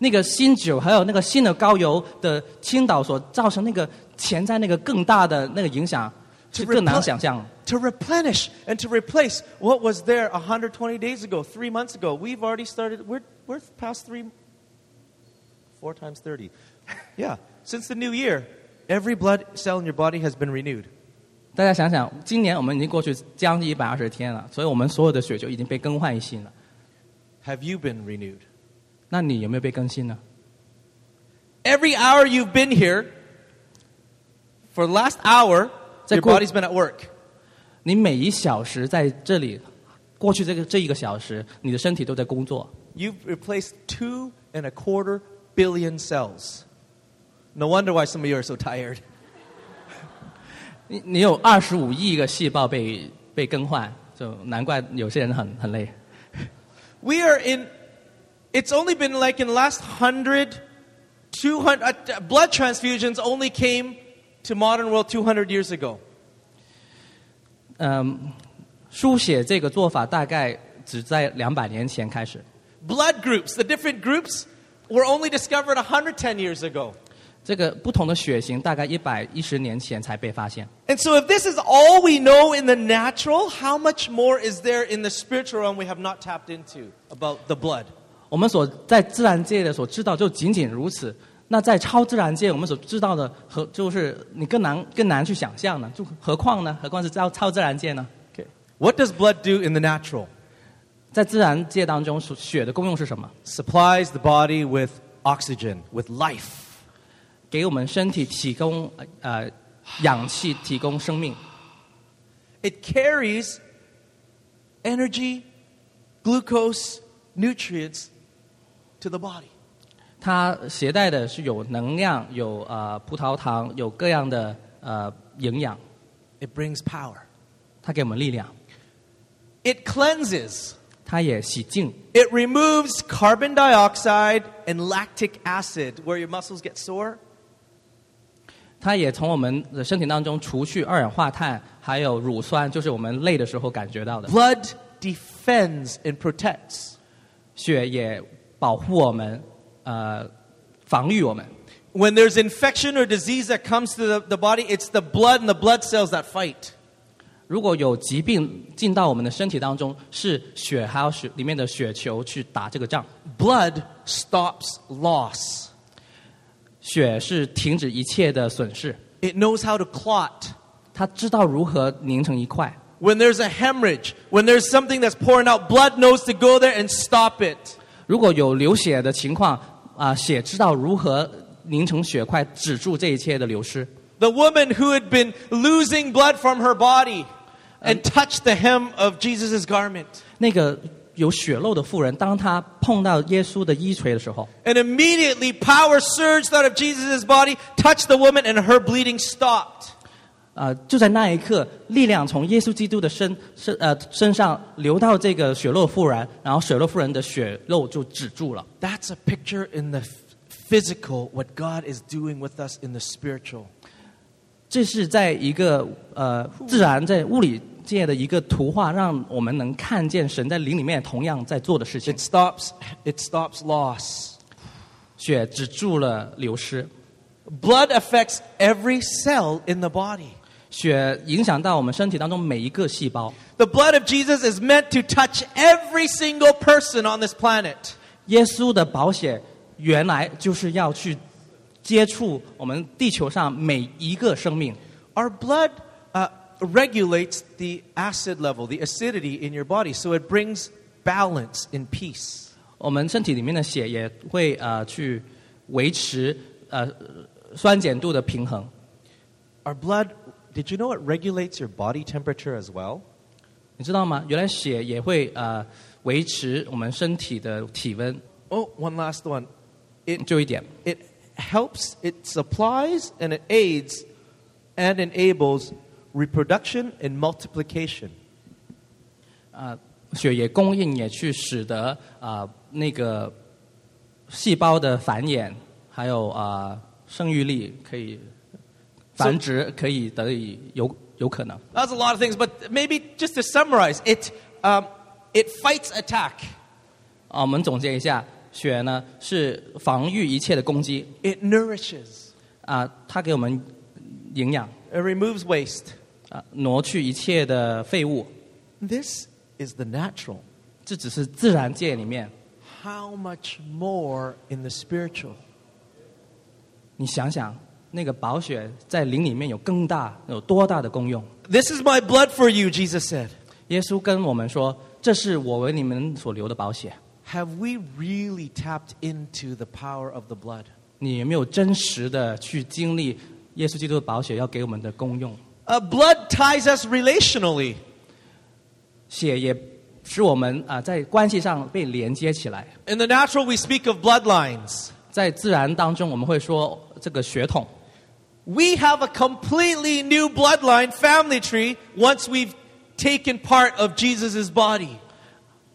那个新酒还有那个新的高油的倾倒所造成那个潜在那个更大的那个影响，是
to,
更难
replen-
想象。
to replenish and to replace what was there 120 days ago, three months ago. We've already started, we're, we're past three, four times 30. Yeah, since the new year, every blood cell in your body has been renewed.
大家想想，今年我们已经过去将近一百二十天了，所以我们所有的血球已经被更换一新了。
Have you been renewed?
那你有没有被更新呢？
Every hour you've been here, for the last hour,
It's
your
like cool.
body's been at work.
你每一小时在这里，过去这个这一个小时，你的身体都在工作。
You've replaced two and a quarter billion cells. No wonder why some of you are so tired.
你你有二十五亿个细胞被被更换，就难怪有些人很很累。
We are in, it's only been like in the last 100, 200, uh, uh, blood transfusions only came to modern world 200 years ago.
嗯，输血这个做法大概只在两百年前开始。
Blood groups, the different groups, were only discovered 110 years ago.
这个不同的血型大概一百一十年前才被发现。
And so, if this is all we know in the natural, how much more is there in the spiritual realm we have not tapped into about the blood?
我们所在自然界的所知道就仅仅如此。那在超自然界，我们所知道的和就是你更难更难去想象呢，就何况呢？何况是超超自然界呢？
Okay. What does blood do in the natural?
在自然界当中，所血的功用是什么？
Supplies the body with oxygen, with life.
给我们身体提供呃氧气，提供生命。
It carries energy, glucose, nutrients to the body.
它携带的是有能量，有呃葡萄糖，有各样的呃营养，
It brings power.
它给我们力量，
It cleanses.
它也洗净，
It removes carbon dioxide and lactic acid where your muscles get sore.
它也从我们的身体当中除去二氧化碳，还有乳酸，就是我们累的时候感觉到的。
Blood defends and protects.
血也保护我们，呃，防御我们。
When there's infection or disease that comes to the, the body, it's the blood and the blood cells that fight.
如果有疾病进到我们的身体当中，是血还有血里面的血球去打这个仗。
Blood stops loss.
血是停止一切的损失，
It knows how to clot.
它知道如何拧成一块。
When there's a hemorrhage, when there's something that's pouring out, blood knows to go there and stop it.
如果有流血的情况，啊、血知道如何凝成血块，止住这一切的流失。
The woman who had been losing blood from her body and touched the hem of Jesus' garment.
那个有血漏的妇人，当他碰到耶稣的衣垂的时候，
And immediately power surged out of Jesus' body, touched the woman, and her bleeding stopped.
啊、就在那一刻，力量从耶稣基督的身身呃身上流到这个血漏妇人，然后血漏妇人的血漏就止住了。
That's a picture in the f- physical, what God is doing with us in the spiritual.
这是在一个呃自然在物理界的一个图画，让我们能看见神在灵里面同样在做的事情
It。stops, it stops loss.
血止住了流失，
Blood affects every cell in the body.
血影响到我们身体当中每一个细胞。
The blood of Jesus is meant to touch every single person on this planet.
耶稣的宝血原来就是要去接触我们地球上每一个生命。
Our blood uh, regulates the acid level, the acidity in your body, so it brings balance and peace.
我们身体里面的血也会呃去维持呃酸碱度的平衡。
Our blood, did you know it regulates your body temperature as well?
你知道吗？原来血也会呃维持我们身体的体温。
Oh, one last one. It,
就一点，
it helps, it supplies, and it aids and enables reproduction and multiplication.
呃，血液供应也去使得啊、呃那个细胞的繁衍，还有啊、呃生育力可以繁殖，可以得以有有可能。
That's a lot of things, but maybe just to summarize, it, um, it fights attack,
啊，我们总结一下，血呢是防御一切的攻击
it nourishes,
啊、它给我们营养
it removes waste.
啊、挪去一切的废物，
This is the natural.
这只是自然界里面。
How much more in the spiritual?
你想想，那个宝血在灵里面有更大、有多大的功用？
This is my blood for you, Jesus said.
耶稣跟我们说：“这是我为你们所流的宝血。
Have we really tapped into the power of the blood? ”
你有没有真实的去经历耶稣基督的宝血要给我们的功用？
Uh, blood ties us relationally.
血也使我们啊、在关系上被连接起来。
In the natural, we speak of bloodlines.
在自然当中，我们会说这个血统。
We have a completely new bloodline family tree once we've taken part of Jesus' body.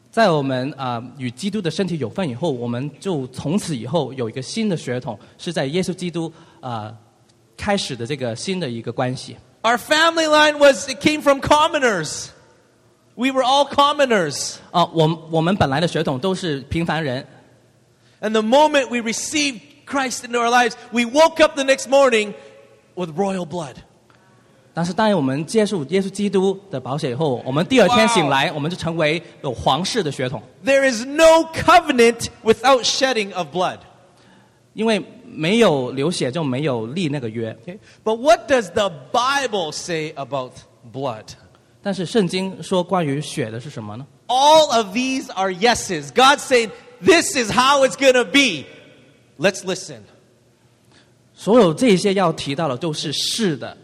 在我们啊、与基督的身体有份以后，我们就从此以后有一个新的血统，是在耶稣基督啊、开始的这个新的一个关系。
Our family line was, it came from commoners. We were all commoners.
啊、我们我们本来的血统都是平凡人，
And the moment we received Christ into our lives, we woke up the next morning with royal blood.
但是，当我们接受耶稣基督的保险以后，我们第二天醒来，我们就成为有皇室的血统，
There is no covenant without shedding of blood.
因为没有流血就没有立那个约。
Okay? But what does the Bible say about blood?
但是圣经说关于血的是什么呢？
All of these are yeses. God's saying, this is how it's going to be. Let's listen.
所有这些要提到的都是是的，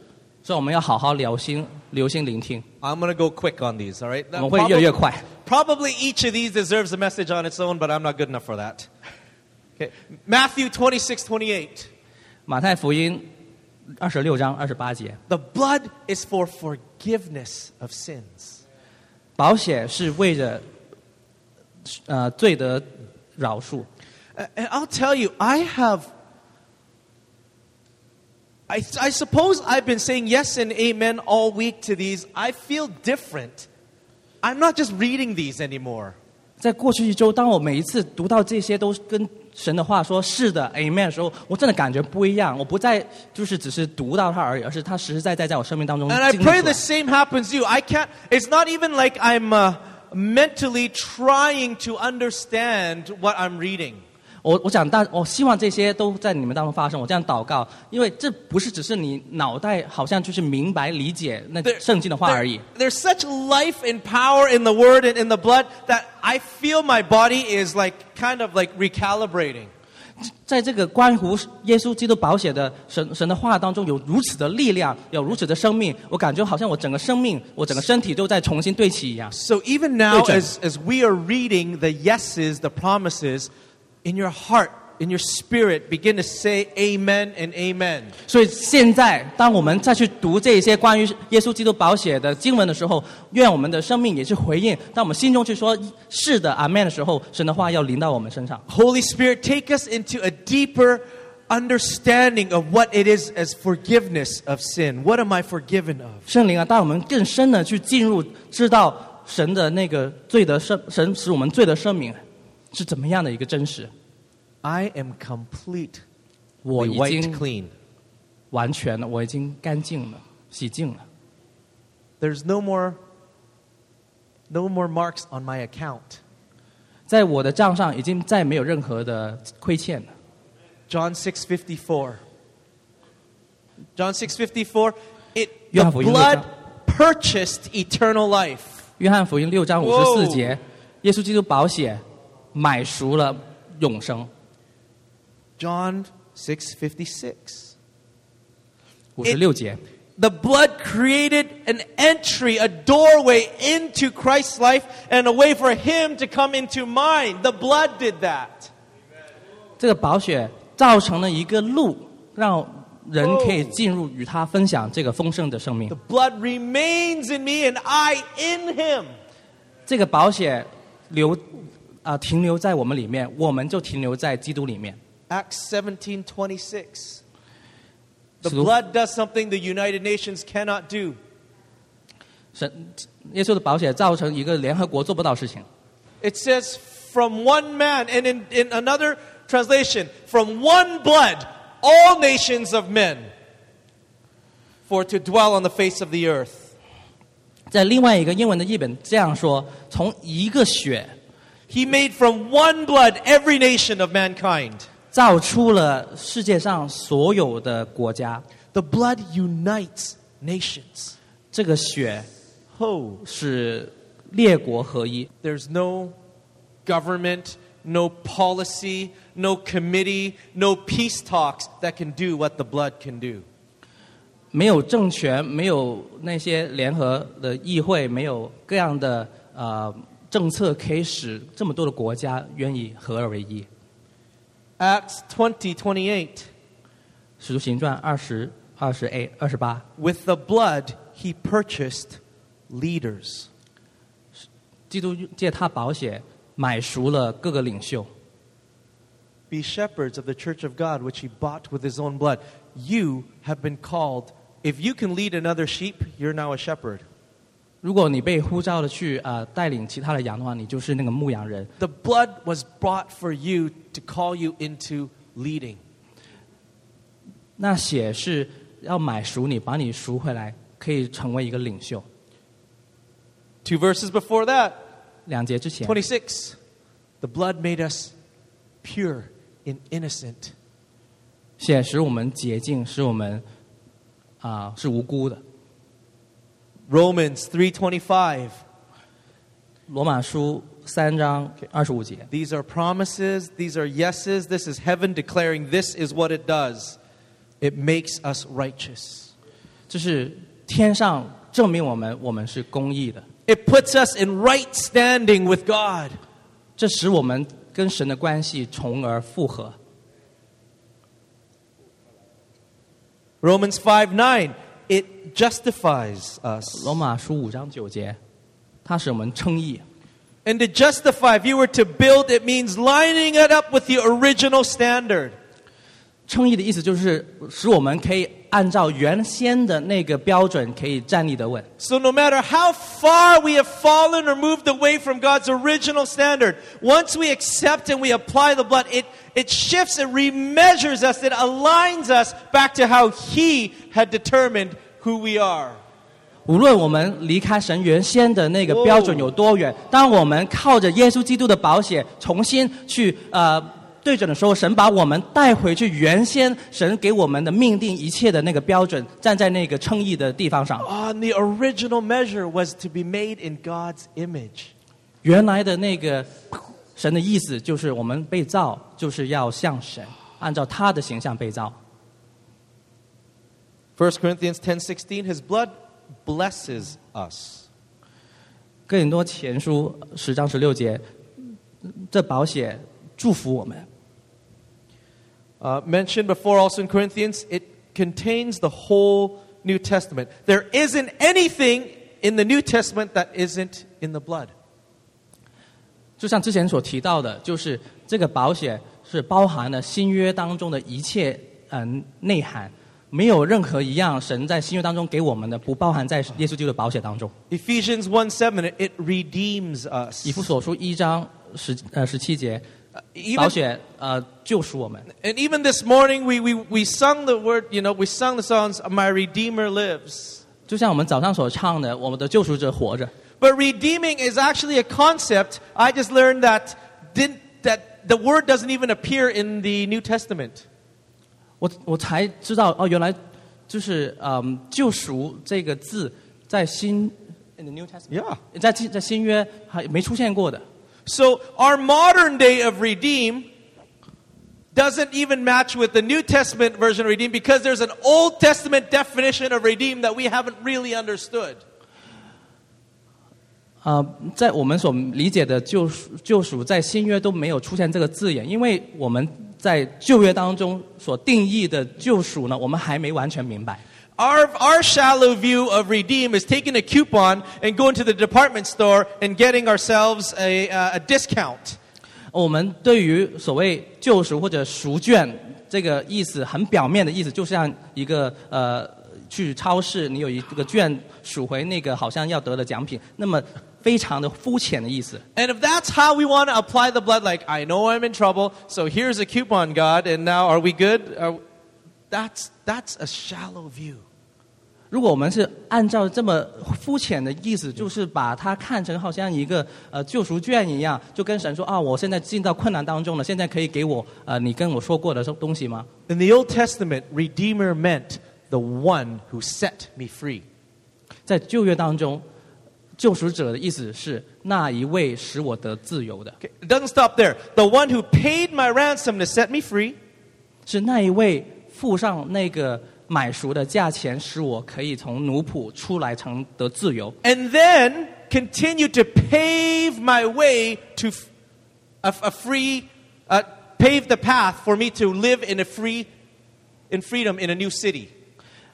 所以我们要好好留心、留心聆听。
I'm going to go quick on these, all right?
我们会越来越快。
Probably each of these deserves a message on its own, but I'm not good enough for that. Okay. Matthew 26, 28.
马太福音二十六章二十八节，
The blood is for forgiveness of sins.
保险是为了呃罪得饶恕。
A- And I'll tell you, I have. I, I suppose I've been saying yes and amen all week to these. I feel different. I'm not just reading these anymore.
在过去一周，当我每一次读到这些都跟神的话说“是的，Amen” 的时候，我真的感觉不一样。我不再就是只是读到它而已，而是它实实在在在我生命当中
And I
经历出
pray
来
the。same happens to you. I can't. It's not even like I'm uh, mentally trying to understand what I'm reading.
我我想大，我希望这些都在你们当中发生。我这样祷告，因为这不是只是你脑袋好像就是明白理解那
There-
圣经的话
there-
而已。
there's such life and power in the word and in the blood that I feel my body is like kind of like recalibrating.
在这个关乎耶稣基督保险的神神的话当中，有如此的力量，有如此的生命，我感觉好像我整个生命，我整个身体都在重新对齐一样。
So even now,
对准。
as, as we are reading the yeses, the promises, in your heart, in your spirit, begin to say amen and amen.
所以现在，当我们再去读这些关于耶稣基督保险的经文的时候，愿我们的生命也是回应。当我们心中去说“是的，阿门”的时候，神的话要临到我们身上。
Holy Spirit, take us into a deeper understanding of what it is as forgiveness of sin. What am I forgiven of?
圣灵啊，带我们更深的去进入，知道神的那个罪的生，神使我们罪的声明是怎么样的一个真实。
I am complete,
我已
white
经
clean.
完全了，我已经干净了，洗净了，
There's no more, no more marks on my account.
在我的账上已经再没有任何的亏欠了。
John 6:54. John 6:54, it the
约翰福音六章。
blood purchased eternal life.
约翰福音六章五
哇
十
哦
四节，耶稣基督保险买赎了永生。
John 6:56.
五十六节，
The blood created an entry, a doorway into Christ's life and a way for him to come into mine. The blood did that.
这个保险造成了一个路，让人可以进入与他分享这个丰盛的生命
The。blood remains in me and I in him.
这个保险留啊、停留在我们里面，我们就停留在基督里面。
Acts 17:26. The
使徒
blood does something the United Nations cannot do.
神耶稣的保险造成一个联合国做不到的事情。
It says, from one man, and in, in another translation, from one blood, all nations of men, for to dwell on the face of the earth.
在另外一个英文的译本这样说：从一个血
He made from one blood every nation of mankind.
造出了世界上所有的国家，
The blood unites nations.
这个血
Oh,
使列国合一。
there's no government, no policy, no committee, no peace talks that can do what the blood can do.
没有政权，没有那些联合的议会，没有各样的呃政策，可以使这么多的国家愿意合二为一。
Acts 20 28.
使徒行传二十二十 A 二十八，
With the blood, he purchased leaders.
基督借他保险买赎了各个领袖。
Be shepherds of the church of God, which he bought with his own blood. You have been called. If you can lead another sheep, you're now a shepherd.
如果你被呼召的去呃带领其他的羊的话，你就是那个牧羊人。
The blood was brought for you to call you into leading.
那血是要买赎你，把你赎回来，可以成为一个领袖。
Two verses before that,
两节之前，
26. The blood made us pure and innocent.
血使我们洁净，使我们啊、是无辜的。
Romans 3:25.
罗马书三章二十五节，
These are promises, these are yeses. This is heaven declaring this is what it does. It makes us righteous.
这是天上证明我们我们是公义的，
It puts us in right standing with God.
这使我们跟神的关系从而复合。
Romans 5 9, it justifies us.
罗马书五章九节，它使我们称义。
And to justify, if you were to build, it means lining it up with the original standard.
称义的意思就是使我们可以按照原先的那个标准可以站立得稳。
So no matter how far we have fallen or moved away from God's original standard, once we accept and we apply the blood, it, it shifts, it remeasures us, it aligns us back to how He had determined who we are.
无论我们离开神原先的那个标准有多远，当我们靠着耶稣基督的保险重新去呃对准的时候，神把我们带回去原先神给我们的命定一切的那个标准，站在那个称义的地方上。
On the original measure was to be made in God's image.
原来的那个神的意思就是我们被造就是要像神，按照他的形象被造。
1 Corinthians 10:16 his blood blesses us.
哥林多前书十章十六节，这保险祝福我们。
Uh, mentioned before also in Corinthians, it contains the whole New Testament. There isn't anything in the New Testament that isn't in the blood.
就像之前所提到的，就是这个保险是包含了新约当中的一切嗯、内涵，没有任何一样神在新约当中给我们的不包含在耶稣基督的保险当中。
Ephesians 1 7, it redeems us.
以弗所书一章十呃十七节，保
Even,
险呃救赎我们。
and even this morning, we, we, we sung the word, you know, we sung the songs, My Redeemer Lives.
就像我们早上所唱的，我们的救赎者活着。
But redeeming is actually a concept. I just learned that, didn't, that the word doesn't even appear in the New Testament.
我我才知道哦，原来就是嗯，救赎这个字在新 in the New Testament，、
Yeah.
在新在新约还没出现过的。
So our modern day of redeem doesn't even match with the New Testament version of redeem because there's an Old Testament definition of redeem that we haven't really understood.
啊，在我们所理解的救赎，救赎在新约都没有出现这个字眼，因为我们在旧约当中所定义的救赎呢，我们还没完全明白。
Our, our shallow view of redeem is taking a coupon and going to the department store and getting ourselves a, uh, a discount.
我们对于所谓救赎或者赎券这个意思，很表面的意思，就像一个呃，去超市你有一个券赎回那个好像要得的奖品，那么非常的肤浅的意思。
And if that's how we want to apply the blood, like, I know I'm in trouble, so here's a coupon, God, and now are we good? Are- that's, that's a shallow view.
如果我们是按照这么肤浅的意思，就是把它看成好像一个呃救赎券一样，就跟神说啊，我现在进到困难当中了，现在可以给我呃你跟我说过的东西吗？
In the Old Testament, Redeemer meant the one who set me free.
在旧约当中，救赎者的意思是那一位使我得自由的。
Okay, it doesn't stop there. The one who paid my ransom to set me free.
是那一位付上那个呃买赎的价钱，使我可以从奴仆出来，成得自由。
and then continue to pave my way to f- a, a free, uh, pave the path for me to live in a free, in freedom in a new city.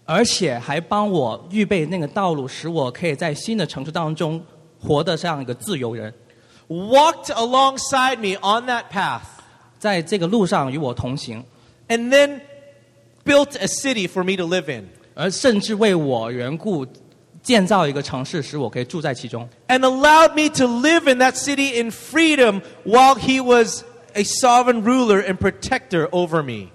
而且还帮我预备那个道路，使我可以在新的城市当中活得像一个自由人，
Walked alongside me on that path,
在这个路上与我同行，
and then built a city for me to live in.
而甚至为我缘故建造一个城市，使我可以住在其中，
and allowed me to live in that city in freedom while he was a sovereign ruler and protector over me.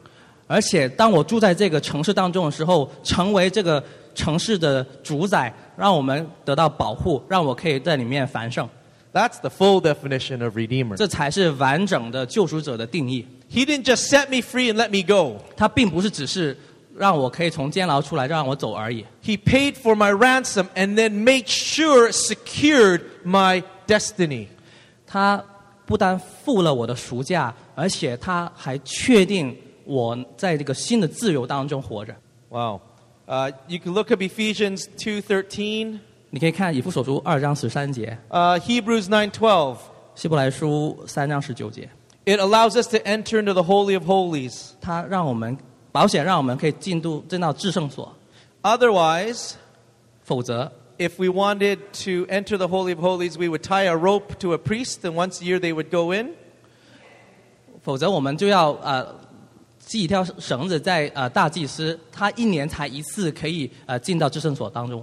而且当我住在这个城市当中的时候，成为这个城市的主宰，让我们得到保护，让我可以在里面繁盛。
That's the full definition of Redeemer.
这才是完整的救赎者的定义。
He didn't just set me free and let me go.
他并不是只是让我可以从监牢出来，让我走而已。
He paid for my ransom and then made sure secured my destiny.
他不单付了我的赎价，而且他还确定我在这个新的自由当中活着。
Wow. Uh, you can look up Ephesians 2.13,
你可以看以弗所书二章十三节，
uh, Hebrews 9.12.
希伯来书三章十九节，
It allows us to enter into the Holy of Holies.
他让我们保险，让我们可以进入进到至圣所，
Otherwise,
否则
if we wanted to enter the Holy of Holies, we would tie a rope to a priest, and once a year they would go in.
否则我们就要呃系一条绳子在呃大祭司，他一年才一次可以呃进到至圣所当中。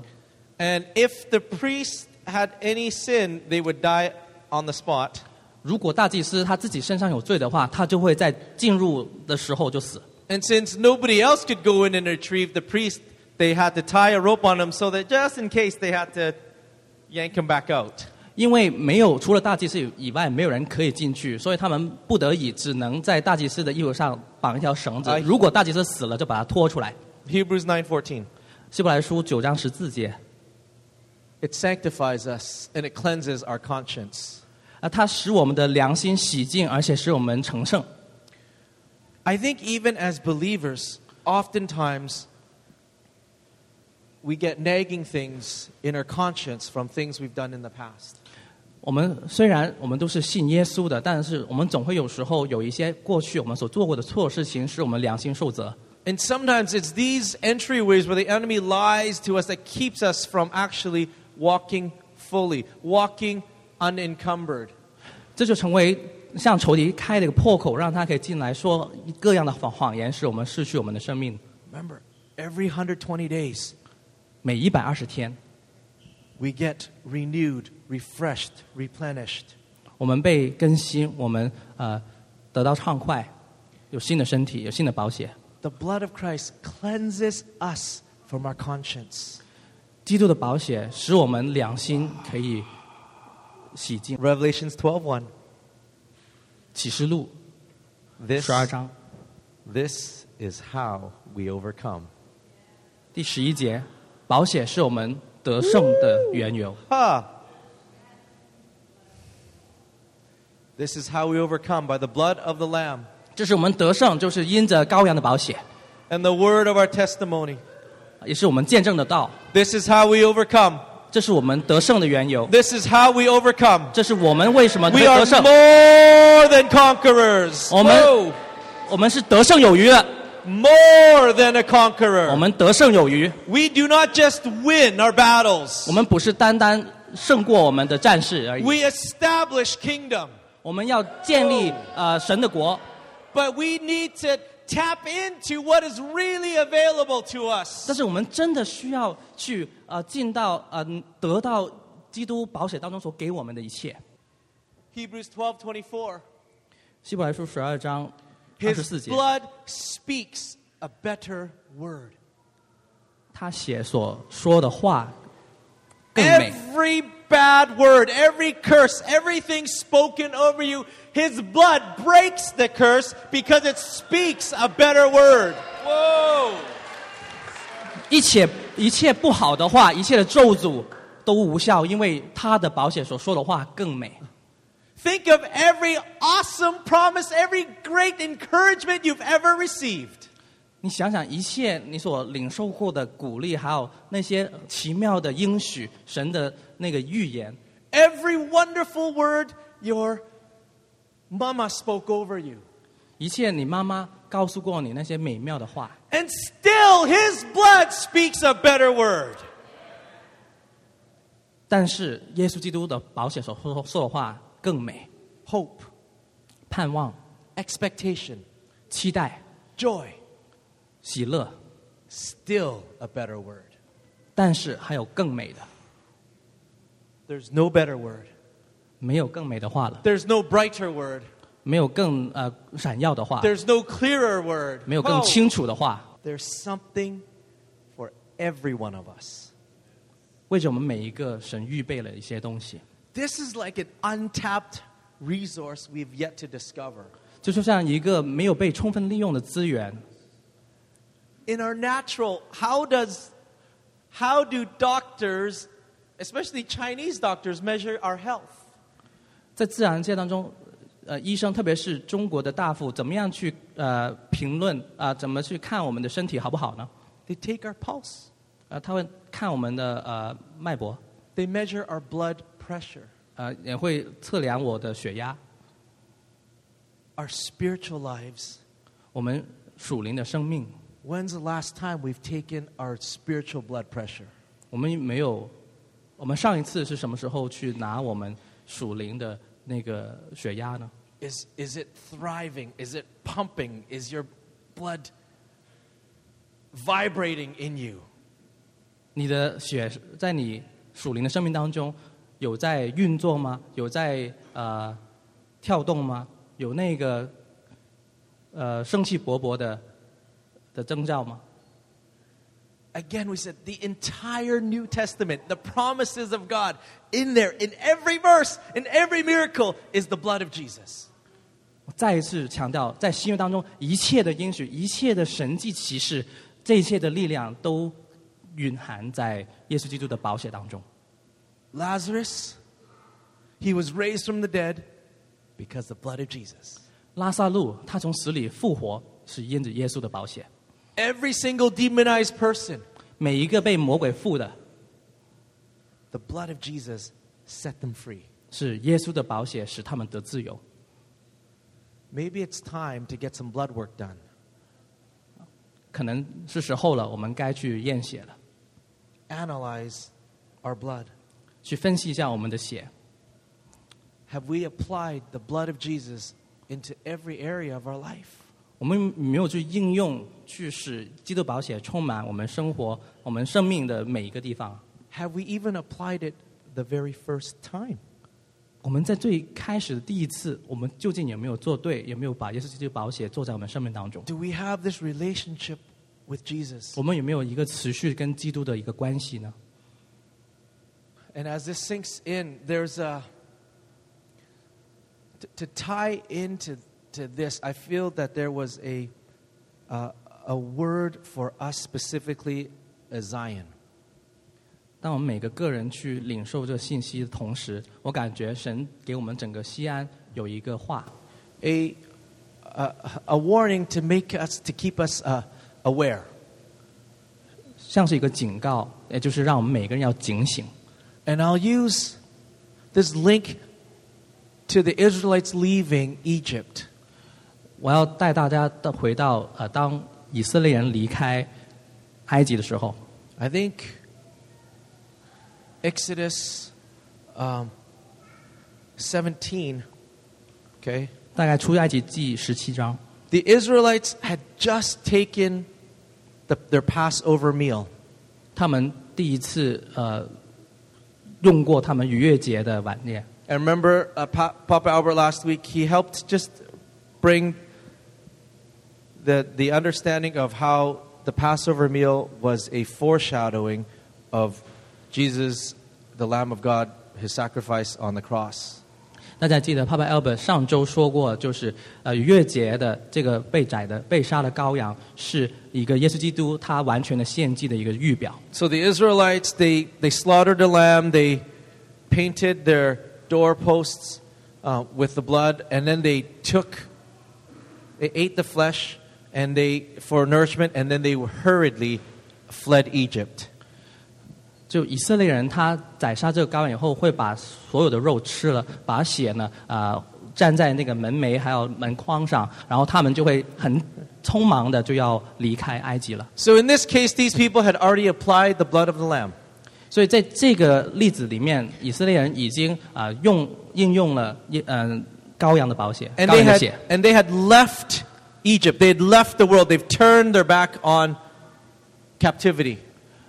And if the priest had any sin, they would die on the spot.
如果大祭司他自己身上有罪的话，他就会在进入的时候就死。
And since nobody else could go in and retrieve the priest, they had to tie a rope on him so that just in case they had to yank him back out.
因为没有除了大祭司以外，没有人可以进去，所以他们不得已只能在大祭司的衣服上绑一条绳子
哎。
如果大祭司死了，就把他拖出来。
Hebrews 9:14.
希伯来书九章十字节，
It sanctifies us and it cleanses our conscience.
啊、啊，它使我们的良心洗净，而且使我们成圣。
I think even as believers, oftentimes we get nagging things in our conscience from things we've done in the past.
我们虽然我们都是信耶稣的，但是我们总会有时候有一些过去我们所做过的错事情，使我们良心受责。
And sometimes it's these entryways where the enemy lies to us that keeps us from actually walking fully, walking unencumbered.
这就成为向仇敌开了一个破口，让他可以进来说各样的谎谎言，使我们失去我们的生命。
Remember, every 120 days
每一百二十天，
we get renewed, refreshed, replenished.
我们被更新，我们呃得到畅快，有新的身体，有新的保险。
The blood of Christ cleanses us from our conscience.
基督的保险使我们良心可以洗净。
Revelations 12:1.
启示录
This
十二章
This is how we overcome.
第十一节，保险是我们得胜的缘由。
Ha! This is how we overcome by the blood of the Lamb
这是我们得胜，就是因着羔羊的保险，
and the word of our testimony.
也是我们见证的道。
This is how we overcome.
这是我们得胜的缘由。
This is how we overcome.
这是我们为什么会
We are
得胜。
more than conquerors.
我们-
Whoa!
我们是得胜有余的，
More than a
我
conqueror.
们得胜有余。
We do not just win our
我
battles,
们不是单单胜过我们的战士而已，
we establish kingdom.
我们要建立呃神的国。
But we need to tap into what is really available to us.
但是我们真的需要去呃进到呃得到基督保险当中所给我们的一切。
Hebrews 12:24.
希伯来书十二章二十
His
四节，
blood speaks a better word.
他写所说的话更美。
Every bad word, every curse, everything spoken over you, his blood breaks the curse because it speaks a better word. Whoa!
一切一切不好的话，一切的咒诅都无效，因为他的保险所说的话更美。
Think of every awesome promise, every great encouragement you've ever received.
你想想，一切你所领受过的鼓励，还有那些奇妙的应许，神的那个预言，
Every wonderful word your mama spoke over you.
一切你妈妈告诉过你那些美妙的话，
And still, his blood speaks a better word.
但是耶稣基督的保险所说说的话更美。
Hope,
盼望、
expectation,
期待、
joy,
喜乐，
still a better word.
但是还有更美的，
There's no better word.
没有更美的话了，
There's no brighter word.
没有更呃闪耀的话，
There's no clearer word.
没有更
Oh,
清楚的话。
There's something for every one of us.
为着我们每一个神预备了一些东西，
This is like an untapped resource we've yet to discover.
这就像一个没有被充分利用的资源，
in our natural how does how do doctors especially chinese doctors measure our health
在自然界当中，呃，医生特别是中国的大夫，怎么样去呃评论啊、怎么去看我们的身体好不好呢？
they take our pulse
呃，他会看我们的呃脉搏，
they measure our blood pressure
呃，也会测量我的血压，
our spiritual lives
我们属灵的生命，
when's the last time we've taken our spiritual blood pressure
我们没有，我们上一次是什么时候去拿我们属灵的那个血压呢？
is is it thriving is it pumping is your blood vibrating in you
你的血在你属灵的生命当中有在运作吗？有在呃跳动吗？有那个呃生气勃勃的的征兆吗？
Again, we said the entire New Testament, the promises of God in there, in every verse, in every miracle, is the blood of Jesus.
我再一次强调，在新约当中，一切的应许、一切的神迹奇事，这一切的力量都蕴含在耶稣基督的宝血当中。
Lazarus, He was raised from the dead because the blood of Jesus.
拉萨路他从死里复活是因着耶稣的宝血。
Every single demonized person,
每一个被魔鬼附的
the blood of Jesus set them free.
是耶稣的宝血使他们得自由。
Maybe it's time to get some blood work done.
可能是时候了，我们该去验血了，
Analyze our blood.
去分析一下我们的血
Have we applied the blood of Jesus into every area of our life?
我们没有去应用，去使基督宝血充满我们生活、我们生命的每一个地方。
Have we even applied it the very first time?
我们在最开始的第一次，我们究竟有没有做对？有没有把耶稣基督宝血做在我们生命当中？
Do we have this relationship with Jesus?
我们有没有一个持续跟基督的一个关系呢？
And as this sinks in, there's a. To, to tie into to this, I feel that there was a, uh, a word for us specifically as Zion.
当我们每个个人去领受这个信息的同时，我感觉神给我们整个西安有一个话，
A, a, a warning to make us, to keep us uh, aware.
像是一个警告，也就是让我们每个人要警醒。
And I'll use this link to the Israelites leaving Egypt.
我要带大家到回到呃，当以色列人离开埃及的时候，
I think Exodus um, 17, okay,
大概出埃及记十七章，
the Israelites had just taken the, their Passover meal.
他们第一次呃用过他们逾越节的晚宴。
And remember, uh, Pa- Papa Albert last week, he helped just bring the, the understanding of how the Passover meal was a foreshadowing of Jesus, the Lamb of God, his sacrifice on the cross.
大家记得 Papa Albert 上周说过，就是呃逾越节的这个被宰的被杀的羔羊，是一个耶稣基督他完全的献祭的一个预表。
So the Israelites, they, they slaughtered a lamb, they painted their doorposts uh, with the blood, and then they took, they ate the flesh and they for nourishment, and then they hurriedly fled Egypt.
就以色列人他宰杀这个羔羊以后，会把所有的肉吃了，把血呢啊、呃站在那个门楣还有门框上，然后他们就会很匆忙的就要离开埃及了。
So in this case, these people had already applied the blood of the lamb.
所以在这个例子里面，以色列人已经啊、呃用应用了一嗯、羔羊的保险，
And
羔
they
羊的
had,
血。
and they had left Egypt. They had left the world. They've turned their back on captivity.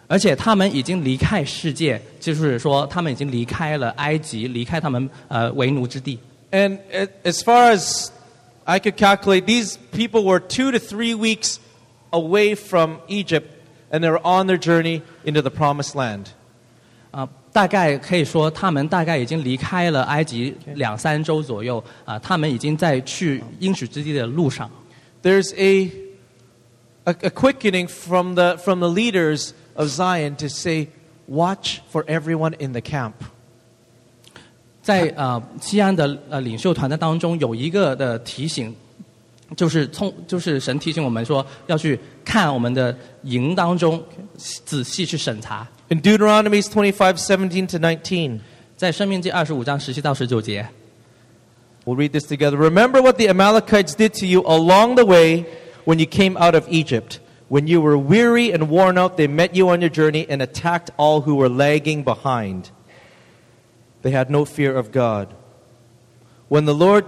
而且他们已经离开世界，就是说他们已经离开了埃及，离开他们呃为奴之地。
And a- as far as I could calculate, these people were two to three weeks away from Egypt, and they were on their journey into the promised land.
啊、大概可以说，他们大概已经离开了埃及两三周左右啊、他们已经在去应许之地的路上。
There's a, a, a quickening from the, from the leaders of Zion to say, Watch for everyone in the camp.
在呃西安的呃领袖团的当中，有一个的提醒，就是从就是神提醒我们说，要去看我们的营当中，仔细去审查。
In Deuteronomy 25 17 to 19,
在《生命记》二十五章十七到十九节，
We'll read this together. Remember what the Amalekites did to you along the way when you came out of Egypt. When you were weary and worn out, they met you on your journey and attacked all who were lagging behind. They had no fear of God. When the Lord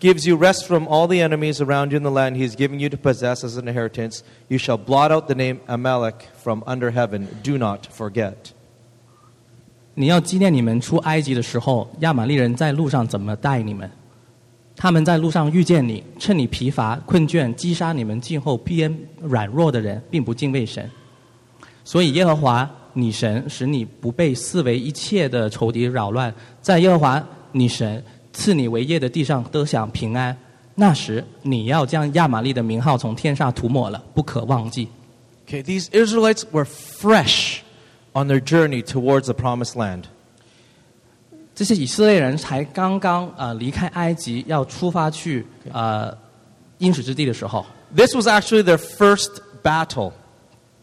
gives you rest from all the enemies around you in the land He is giving you to possess as an inheritance, you shall blot out the name Amalek from under heaven. Do not forget.
你要纪念你们出埃及的时候，亚玛力人在路上怎么待你们。他们在路上遇见你，趁你疲乏困倦，击杀你们静候必恩软弱的人，并不敬畏神。所以耶和华你神使你不被视为一切的仇敌扰乱，在耶和华你神赐你为业的地上得享平安。那时你要将亚玛力的名号从天上涂抹了，不可忘记。
Okay, these Israelites were fresh on their journey towards the promised land.
这些以色列人才刚刚呃离开埃及，要出发去呃应许之地的时候，
This was actually their first battle.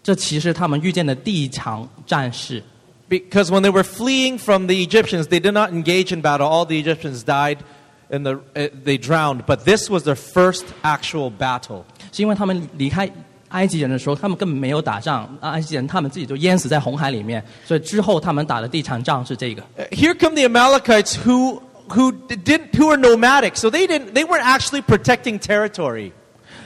这其实他们遇见的第一场战事。
Because when they were fleeing from the Egyptians, they did not engage in battle. All the Egyptians died and the, uh, they drowned. But this was their first actual battle.
是因为他们离开埃及人的时候，他们根本没有打仗，啊埃及人他们自己就淹死在红海里面，所以之后他们打的第一场仗是这个。
Uh, Here come the Amalekites who, who, did, who are nomadic. So they, didn't, they weren't actually protecting territory.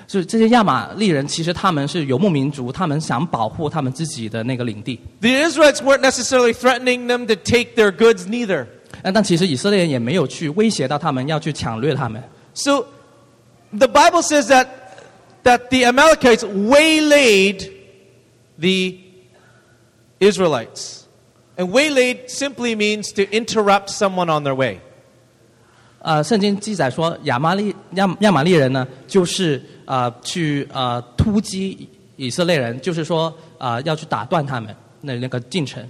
就是这些亚玛利人，其实他们是游牧民族，他们想保护他们自己的那个领地。
The Israelites weren't necessarily threatening them to take their goods, neither.
但但其实以色列人也没有去威胁到他们，要去抢掠他们。
So the Bible says that, that the Amalekites waylaid the Israelites. And waylaid simply means to interrupt someone on their way.
呃，圣经记载说，亚玛利亚亚玛利人呢，就是呃去呃突击以色列人，就是说呃要去打断他们那那个进程。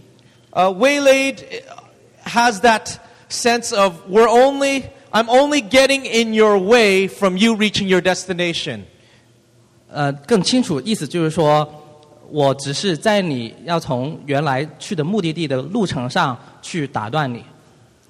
Uh, waylaid uh, has that sense of we're only I'm only getting in your way from you reaching your destination.
呃，更清楚意思就是说，我只是在你要从原来去的目的地的路程上去打断你，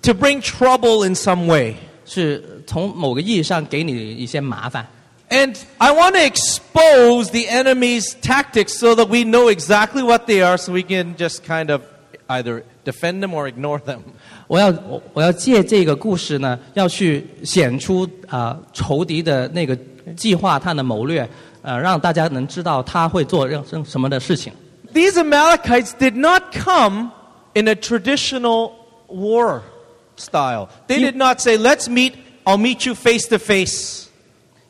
To bring trouble in some way.
是从某个意义上给你一些麻烦。
And I want to expose the enemy's tactics so that we know exactly what they are so we can just kind of either defend them or ignore them.
我要我我要借这个故事呢，要去显出啊、呃仇敌的那个计划，他的谋略，呃，让大家能知道他会做任任什么的事情。
These Amalekites did not come in a traditional war style. They
You-
did not say, "Let's meet. I'll meet you face to face."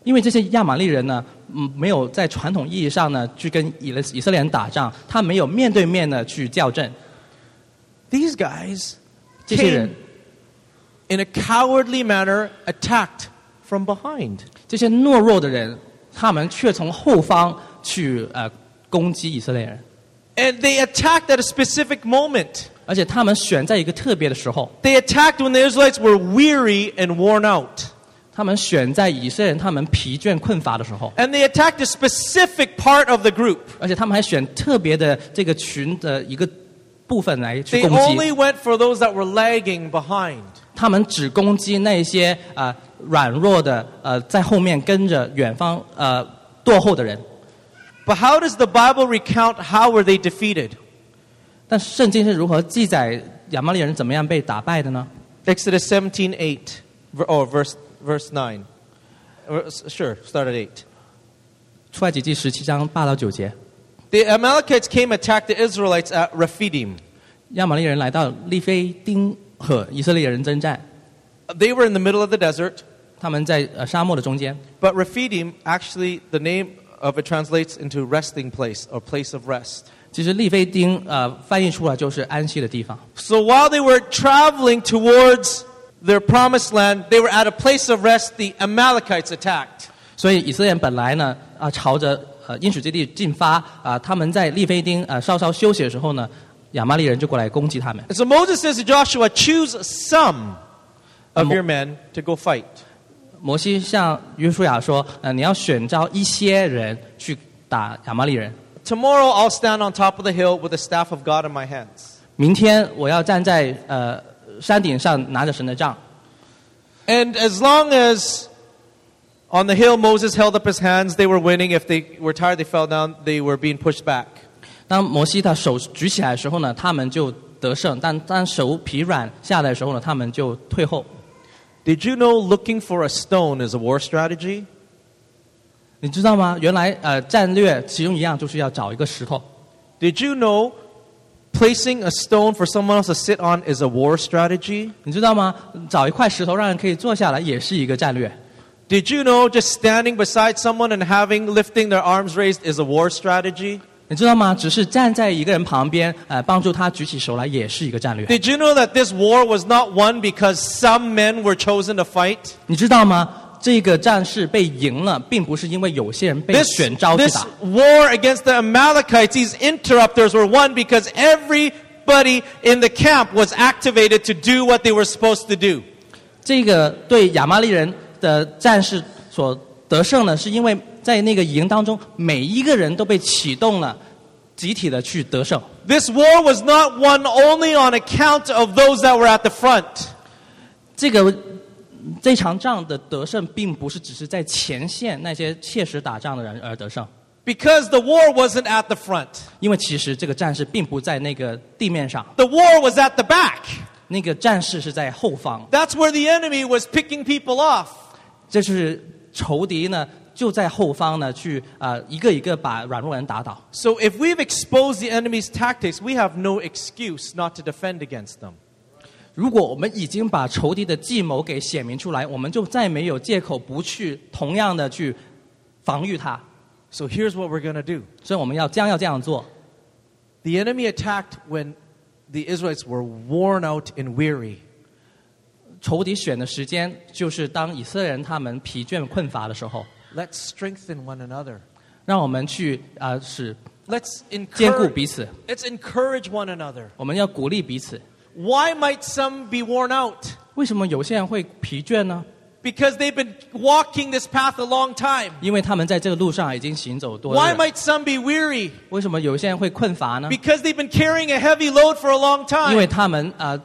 因为这些亚玛力人呢，嗯，没有在传统意义上呢去跟以色以色列人打仗，他没有面对面的去校正。
These guys
这些人
came，in a cowardly manner, attacked from behind.
这些懦弱的人，他们却从后方去呃攻击以色列人，
And they attacked at a specific moment.
而且他们选在一个特别的时候，
They attacked when the Israelites were weary and worn out.
他们选在以色列人他们疲倦困乏的时候，
And they attacked a specific part of the group.
而且他们还选特别的这个群的一个部分来去
They
攻
only
击，
went for those that were lagging behind.
他们只攻击那些啊、呃软弱的呃在后面跟着远方呃落后的人。
But how does the Bible recount how were they defeated?
但圣经是如何记载亚玛力人怎么样被打败的呢？
Exodus 17, 8, ver- or verse, verse 9. Verse- Sure, start at 8.
出埃及记十七章八到九节。
The Amalekites came attack the Israelites at Rephidim.
亚玛力人来到利非丁和以色列人征战，
They were in the middle of the desert,
他们在呃沙漠的中间。
but Rephidim, actually, the name of it translates into resting place or place of rest.
其实利非丁呃翻译出来就是安息的地方。
So while they were traveling towards their promised land, they were at a place of rest. The Amalekites attacked.
所以以色列人本来呢啊、朝着呃应许之地进发啊、他们在利非丁啊稍稍休息的时候呢，亚玛力人就过来攻击他们。
And so Moses says to Joshua, Choose some of
Mo-
your men to go fight.
摩西向约书亚说：“呃，你要选召一些人去打亚玛力人。
Tomorrow I'll stand on top of the hill with the staff of God in my hands.
明天我要站在呃山顶上拿着神的杖。
And as long as on the hill Moses held up his hands, they were winning. If they were tired, they fell down, they were being pushed back. ”
当摩西他手举起来的时候呢，他们就得胜；但当手疲软下来的时候呢，他们就退后。
Did you know looking for a stone is a war strategy?
你知道吗？原来呃，战略其中一样就是要找一个石头。
Did you know placing a stone for someone else to sit on is a war strategy?
你知道吗？找一块石头让人可以坐下来，也是一个战略。
Did you know just standing beside someone and having lifting their arms raised is a war strategy?
你知道吗？只是站在一个人旁边，呃，帮助他举起手来，也是一个战略。
Did you know that this war was not won because some men were chosen to fight?
你知道吗？这个战事被赢了，并不是因为有些人被
This,
选召去
this
打。
war against the Amalekites, these interrupters, were won because everybody everybody in the camp was activated to do what they were supposed to do.
这个对亚麻利人的战士所得胜呢，是因为在那个营当中，每一个人都被启动了，集体的去得胜。
This war was not won only on account of those that were at the front.
这个这场仗的得胜，并不是只是在前线那些切实打仗的人而得胜，
Because the war wasn't at the front.
因为其实这个战士并不在那个地面上，
The war was at the back.
那个战士是在后方，
That's where the enemy was picking people off.
这是仇敌呢就在后方呢去啊、呃一个一个把软弱人打倒。
So if we've exposed the enemy's tactics, we have no excuse not to defend against them.
如果我们已经把仇敌的计谋给显明出来，我们就再没有借口不去同样的去防御它。
So here's what we're going to do.
所以我们要将要这样做。
The enemy attacked when the Israelites were worn out and weary.
仇敌选的时间就是当以色列人他们疲倦困乏的时候，
Let's strengthen one another.
让我们去啊、呃使
Let's
兼顾彼
encourage,
此，
let's encourage one another.
我们要鼓励彼此。
Why might some be worn out?
为什么有些人会疲倦呢？
Because they've been walking this path a long time.
因为他们在这个路上已经行走多
Why
了。
might some be weary?
为什么有些人会困乏呢？
Because they've been carrying a heavy load for a long
因为
time.
他们啊、呃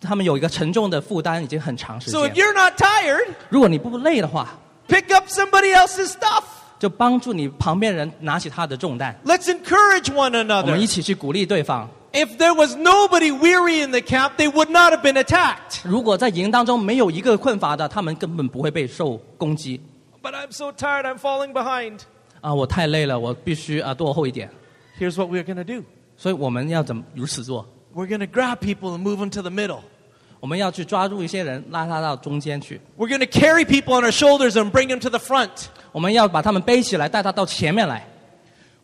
他们有一个沉重的负担已经很长时
So if
间。
you're not tired,
如果你不累的话，
pick up somebody else's stuff.
就帮助你旁边人拿起他的重担，
Let's encourage one
我们
another.
一起去鼓励对方。
If there was nobody weary in the camp, they would not have been attacked.
如果在营当中没有一个困乏的，他们根本不会被受攻击。
But I'm so tired, I'm falling behind.
啊，我太累了，我必须啊落后一点。
Here's what we're going to do
所以我们要怎么如此做？
we're going to grab people and move them to the middle.
我们要去抓住一些人，拉他到中间去。
We're going to carry people on our shoulders and bring them to the front.
我们要把他们背起来，带他到前面来。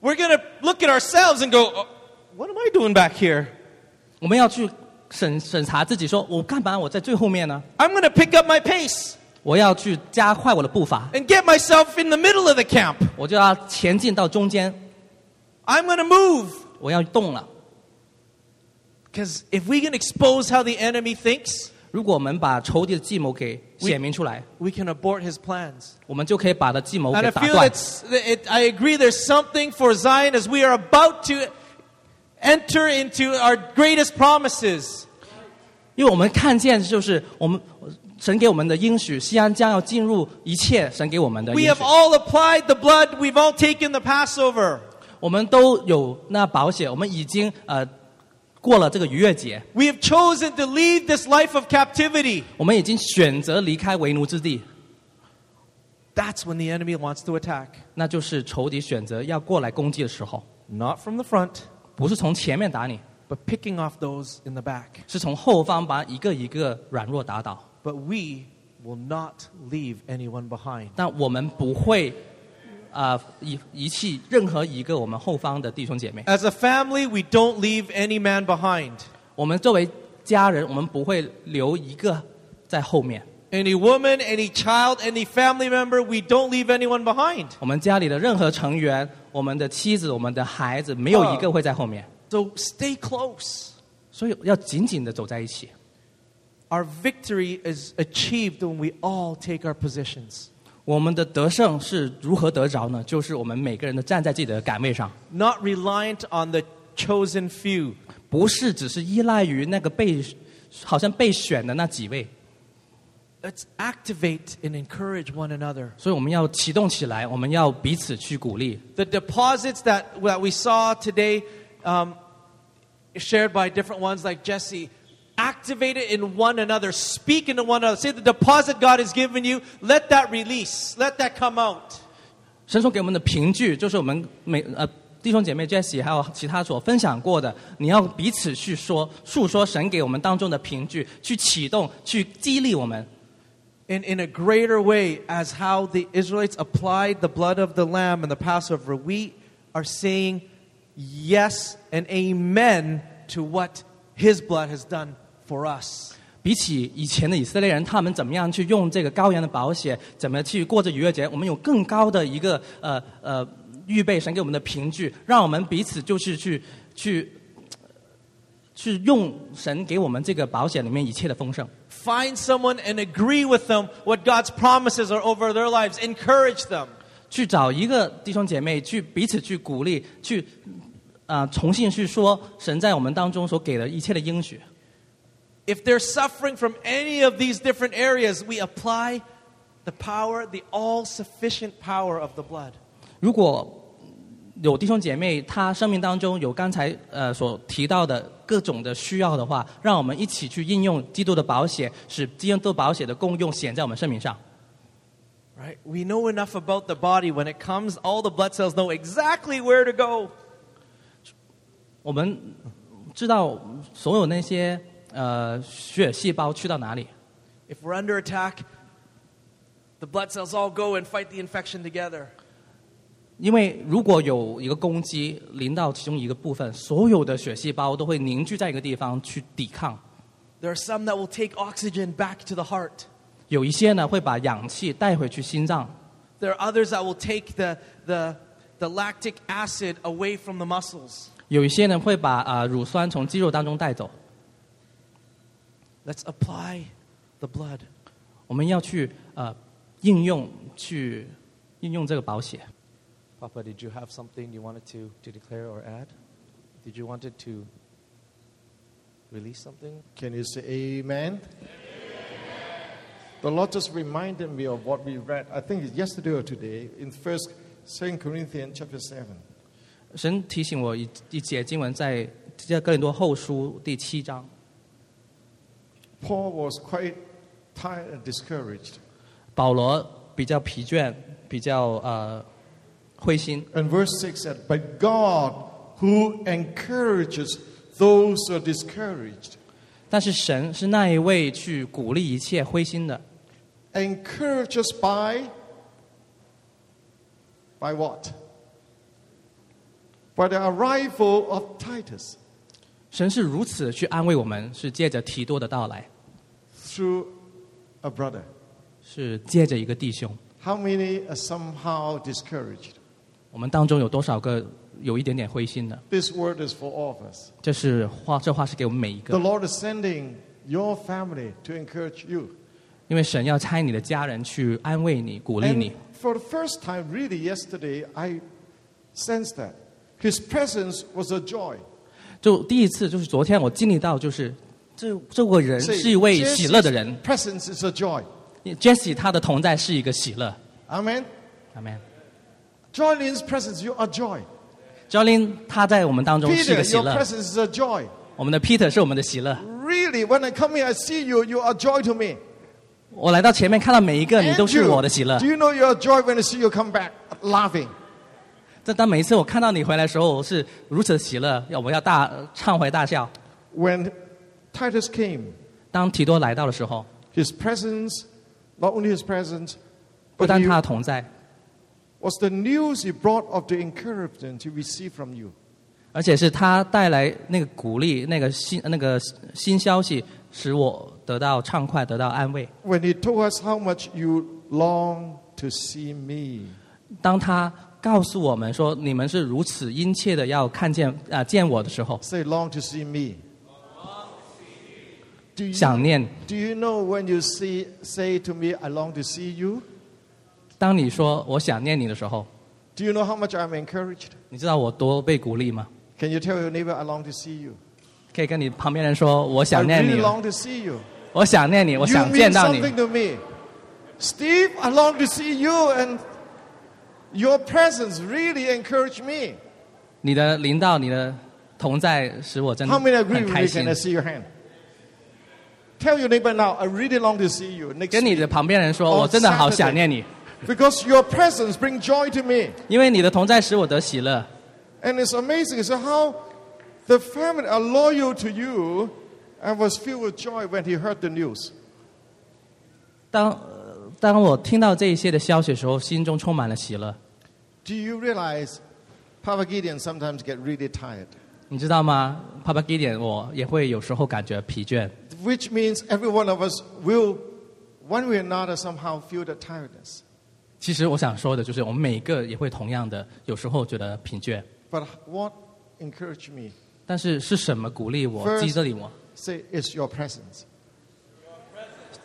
We're going to look at ourselves and go, "Oh, What am I doing back here?
我们要去审审查自己说，我干嘛我在最后面呢？
I'm going to pick up my pace
我要去加快我的步伐，
and get myself in the middle of the camp.
我就要前进到中间，
I'm going to move.
我要动了。
Because if we can expose how the enemy thinks,
如果我们把仇敌的计谋给显明出来，
we can abort his plans.
我们就可以把他计谋
And
给
I
打
feel
断。
that's, that it, I agree there's something for Zion as we are about to enter into our greatest promises.
因为我们看见，就是我们神给我们的应许，西安将要进入一切神给我们的
We
应
have
许。
all applied the blood, we've all taken the Passover.
我们都有那保险，我们已经呃过了这个逾越节，
We have chosen to lead this life of captivity.
我们已经选择离开为奴之地，
That's when the enemy wants to attack.
那就是仇敌选择要过来攻击的时候，
Not from the front,
不是从前面打你，
but picking off those in the back.
是从后方把一个一个软弱打倒。
But we will not leave anyone behind.
但我们不会啊、呃遗遗弃任何一个我们后方的弟兄姐妹。
As a family, we don't leave any man behind.
我们作为家人，我们不会留一个在后面。
Any woman, any child, any family member, we don't leave anyone behind.
我们家里的任何成员，我们的妻子、我们的孩子，没有一个会在后面，
So stay close.
所以要紧紧的走在一起。
Our victory is achieved when we all take our positions.
我们的得胜是如何得着呢？就是我们每个人都站在自己的岗位上，
Not reliant on the chosen few.
不是只是依赖于那个被好像被选的那几位，
Let's activate and encourage one another.
所以我们要启动起来，我们要彼此去鼓励。
The deposits that, that we saw today, um, shared by different ones like Jesse, activate it in one another. Speak into one another. Say the deposit God has given you, let that release, let that come out.
神所给我们的凭据，就是我们每呃弟兄姐妹 Jesse 还有其他所分享过的，你要彼此去说述说神给我们当中的凭据，去启动，去激励我们。
in, in a greater way as how the Israelites applied the blood of the Lamb and the Passover, we are saying yes and amen to what His blood has done for us.
比起以前的以色列人，他们怎么样去用这个羔羊的宝血，怎么去过着逾越节？我们有更高的一个呃呃预备，神给我们的凭据，让我们彼此就是去去去用神给我们这个保险里面一切的丰盛。
Find someone and agree with them what God's promises are over their lives. Encourage them.
去找一个弟兄姐妹，去彼此去鼓励，去啊、呃重新去说神在我们当中所给的一切的应许。
If they're suffering from any of these different areas, we apply the power, the all sufficient power of the blood.
如果有弟兄姐妹他生命当中有刚才呃所提到的各种的需要的话，让我们一起去应用基督的保险，使基督保险的功用显在我们生命上。
Right? We know enough about the body when it comes, all the blood cells know exactly where to go.
我们知道所有那些呃血细胞去到哪里，
If we're under attack, the blood cells all go and fight the infection together.
因为如果有一个攻击临到其中一个部分，所有的血细胞都会凝聚在一个地方去抵抗。
There are some that will take oxygen back to the heart.
有一些呢会把氧气带回去心脏，
There are others that will take the, the, the lactic acid away from the muscles.
有一些呢会把啊、呃乳酸从肌肉当中带走。
Let's apply the blood.
我们要去呃应用去应用这个保险。
Papa, did you have something you wanted to, to declare or add? Did you wanted to release something?
Can you say amen? The Lord just reminded me of what we read, I think it's yesterday or today, in First, Second Corinthians chapter 7.
神提醒我一一节经文在在哥林多后书第七章，
Paul was quite tired and discouraged.
保罗比较疲倦，比较呃灰心。
And verse 6 said, But God who encourages those who are discouraged.
但是神是那一位去鼓励一切灰心的，
Encourages by by what? By the arrival of Titus
神是如此去安慰我们，是借着提多的到来，
through a brother.
是借着一个弟兄。
How many are somehow discouraged?
我们当中有多少个有一点点灰心的？
This word is for all of us.
这是话，这话是给我们每一
The
个，
Lord is sending your family to encourage you.
因为神要差你的家人去安慰你、鼓励你
And。for the first time, really yesterday, I sensed that. His presence was a joy.
就第一次，就是昨天我经历到，就是这这个人
See,
是一位
Jesus'
喜乐的人
presence is a joy.
，Jesse 他的同在是一个喜乐。
Amen.
阿 m
Jolene's presence, you are joy.
j o l i n 他在我们当中是一
Peter,
个喜
your
乐，
presence is a joy.
我们的 Peter 是我们的喜乐。
Really, when I come here, I see you, you are joy to me.
我来到前面看到每一个你都是
Andrew,
我的喜乐
Do。you know you are joy when I see you come back laughing?
但当每一次我看到你回来的时候，我是如此的喜乐，要我们要大呃畅怀大笑。
When Titus came,
当提多来到的时候，
his presence, not only his presence,
不
but
单
he,
他的同在，
was the news he brought of the encouragement he received from you.
而且是他带来那个鼓励、那个新、那个新消息，使我得到畅快，得到安慰。
When he told us how much you long to see me.
当他告诉我们说你们是如此殷切的要看见啊、呃见我的时候，
Say, long to see me. Do you
想念。
Do you know when you see, say to me, I long to see you?
当你说我想念你的时候，
Do you know how much I'm encouraged?
你知道我多被鼓励吗？
Can you tell your neighbor, I long to see you?
可以跟你旁边人说我
I
想念
really
你，
long to see you.
我想念你，我
You
想
mean
见到你
something。to me. Steve, I long to see you, and your presence really encouraged me.
你的领导，你的同在，使我真的
How many agree
很
with
开
me?
心
Can。I see your hand? Tell your neighbor now, I really long to see you next
跟你
week.
的旁边人说，
On
我真的好想念你，
Because your presence brings joy to me.
因为你的同在使我得喜乐。
And it's amazing so how the family are loyal to you and was filled with joy when he heard the news.
当呃当我听到这一些的消息的时候，心中充满了喜乐。
Do you realize Papa Gideon sometimes get really tired?
你知道吗？Papa Gideon，我也会有时候感觉疲倦，
Which means every one of us will, one way or another, somehow feel the tiredness.
其实我想说的就是，我们每个也会同样的，有时候觉得疲倦。
But what encouraged me
但是是什么鼓励我、
First-
激励我？
Say, it's your presence.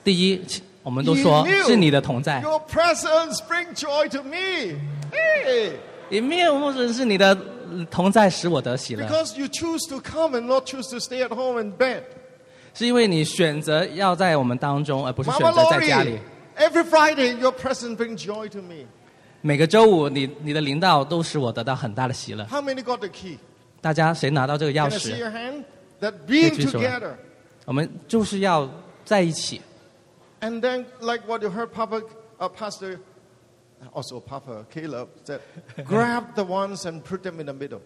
第一，我们都说
He knew
是你的同在。
Your presence bring joy to me. Hey!
里面或者是你的同在使我得喜乐，
Because you choose to come and not choose to stay at home in bed.
是因为你选择要在我们当中，而不是选
Mama
择在家
Lori,
里。
every Friday your presence brings joy to me.
每个周五，你你的领导都使我得到很大的喜乐。
How many got the key?
大家谁拿到这个钥
Can I see
匙，
your hand? That being
Yes, yes, sir.
together.
我们就是要在一起。
And then, like what you heard Papa, uh, Pastor, also Papa Caleb said, grab the ones and put them in the middle.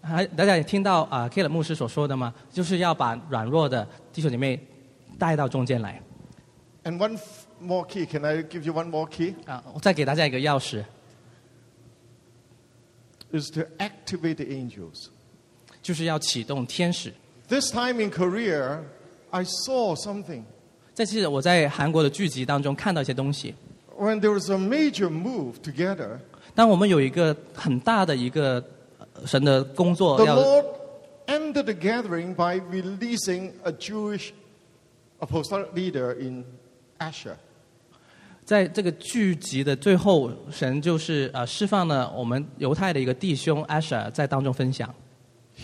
还大家也听到啊、k 勒牧师所说的嘛，就是要把软弱的弟兄姐妹带到中间来
And one f- more key. Can I give you one more key?
啊！我再给大家一个钥匙，
Is to activate the angels.
就是要启动天使。
This time in Korea, I saw something.
这次我在韩国的剧集当中看到一些东西。
When there was a major move together,
当我们有一个很大的一个呃神的工
the
作要
Lord ended the gathering by releasing a Jewish apostolic leader in Asher.
在这个剧集的最后，神就是呃释放了我们犹太的一个弟兄 Asher 在当中分享，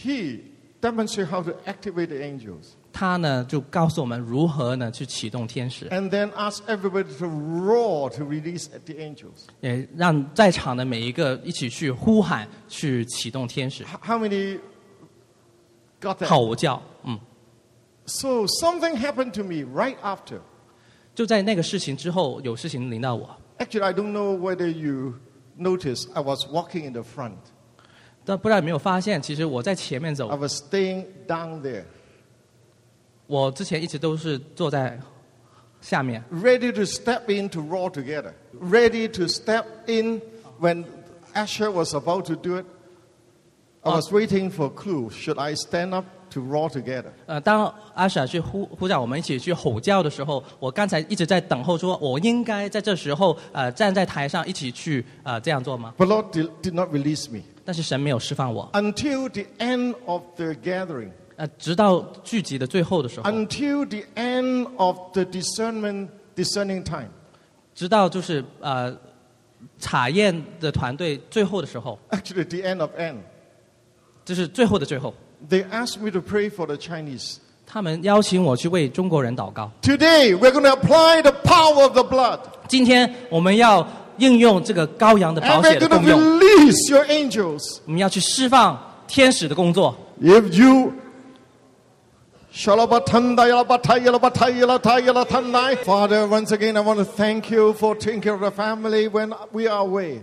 He demonstrated how to activate the angels
他呢就告诉我们如何呢去启动天使，
and then asked everybody to roar to release the angels.
也让在场的每一个一起去呼喊去启动天使
H- How many got that?
吼叫，嗯，
So something happened to me right after.
就在那个事情之后，有事情临到我。
Actually, I don't know whether you noticed, I was walking in the front.
但不知道有没有发现，其实我在前面
I
走，
was staying down there,
我之前一直都是坐在下面，
ready to step in to roar together, ready to step in when Asher was about to do it. I was waiting for a clue. Should I stand up to roar together?
呃，当阿舍去呼呼叫我们一起去吼叫的时候，我刚才一直在等候说，我应该在这时候呃站在台上一起去呃这样做吗？
But Lord did, did not release me
但是神没有释放我，
until the end of the gathering,
呃，直到聚集的最后的时候，
until the end of the discernment discerning time.
直到就是呃查验的团队最后的时候，
Actually, the end of end.
这是最后的最后，
They asked me to pray for the Chinese.
他们邀请我去为中国人祷告。
Today, we're going to apply the power of the blood.
今天我们要应用这个羔羊的保
And
险
we're
的
going
功
to
用，
release your angels.
我们要去释放天使的工作。
If you. Shalabatanda yalabata yalabata yalata yalatandai. Father, once again, I want to thank you for taking care of the family when we are away.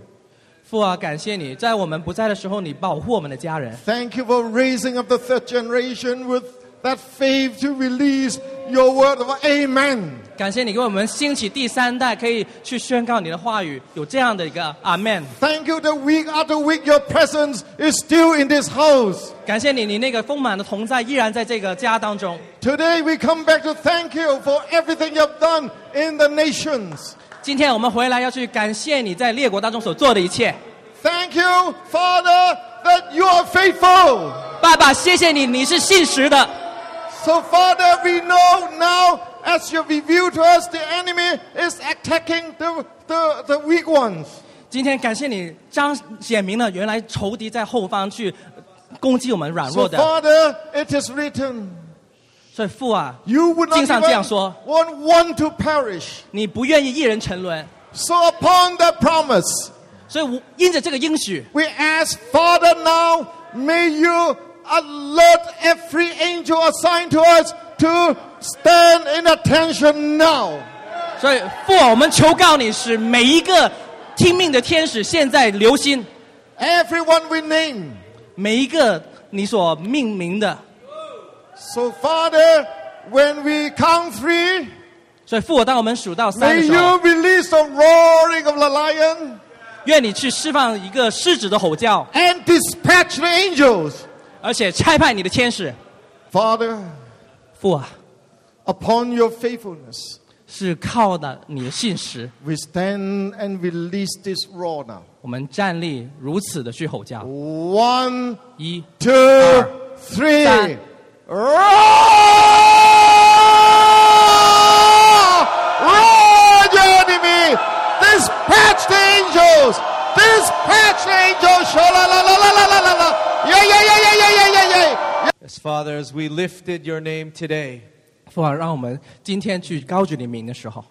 父啊，感谢你在我们不在的时候，你保护我们的家人。
Thank you for raising up the third generation with that faith to release your word of amen.
感谢你给我们兴起第三代，可以去宣告你的话语，有这样的一个阿 man。
Thank you that week after week your presence is still in this house.
感谢你，你那个丰满的同在依然在这个家当中。
Today we come back to thank you for everything you have done in the nations.
今天我们回来要去感谢你在列国当中所做的一切。
Thank you, Father, that you are faithful.
爸爸，谢谢你，你是信实的。
So, Father, we know now as you reveal to us the enemy is attacking the, the, the weak ones.
今天感谢你彰显明了，原来仇敌在后方去攻击我们软
So,
弱的。
Father, it is written,
所以父啊，
you would not
经上这样说。
even want one to perish.
你不愿意一人沉沦，
So, upon that promise,
所以我因着这个应许，
We ask, Father, now may you alert every angel assigned to us to stand in attention now.
所以父啊，我们求告你，使每一个听命的天使现在留心。
Everyone we name.
每一个你所命名的。
So, Father, when we count three,
所以父，我当我们数到三
may
的时候
you，release the roaring of the lion
愿你去释放一个狮子的吼叫，
and dispatch the angels.
而且差派你的天使。
Father,
父啊，
upon your faithfulness,
是靠的你的信实。
We stand and release this roar now.
我们站立如此的去吼叫，
One,
一
two, three.
Done.
Roar! Roar at your enemy! Dispatch the angels! Dispatch the angels! Sha-la-la-la-la-la-la-la! Yeah, yeah, yeah, yeah, yeah, yeah, yeah, yeah!
Yes, Father, as we lifted your name today,
父啊，让我们今天去高举你名的时候，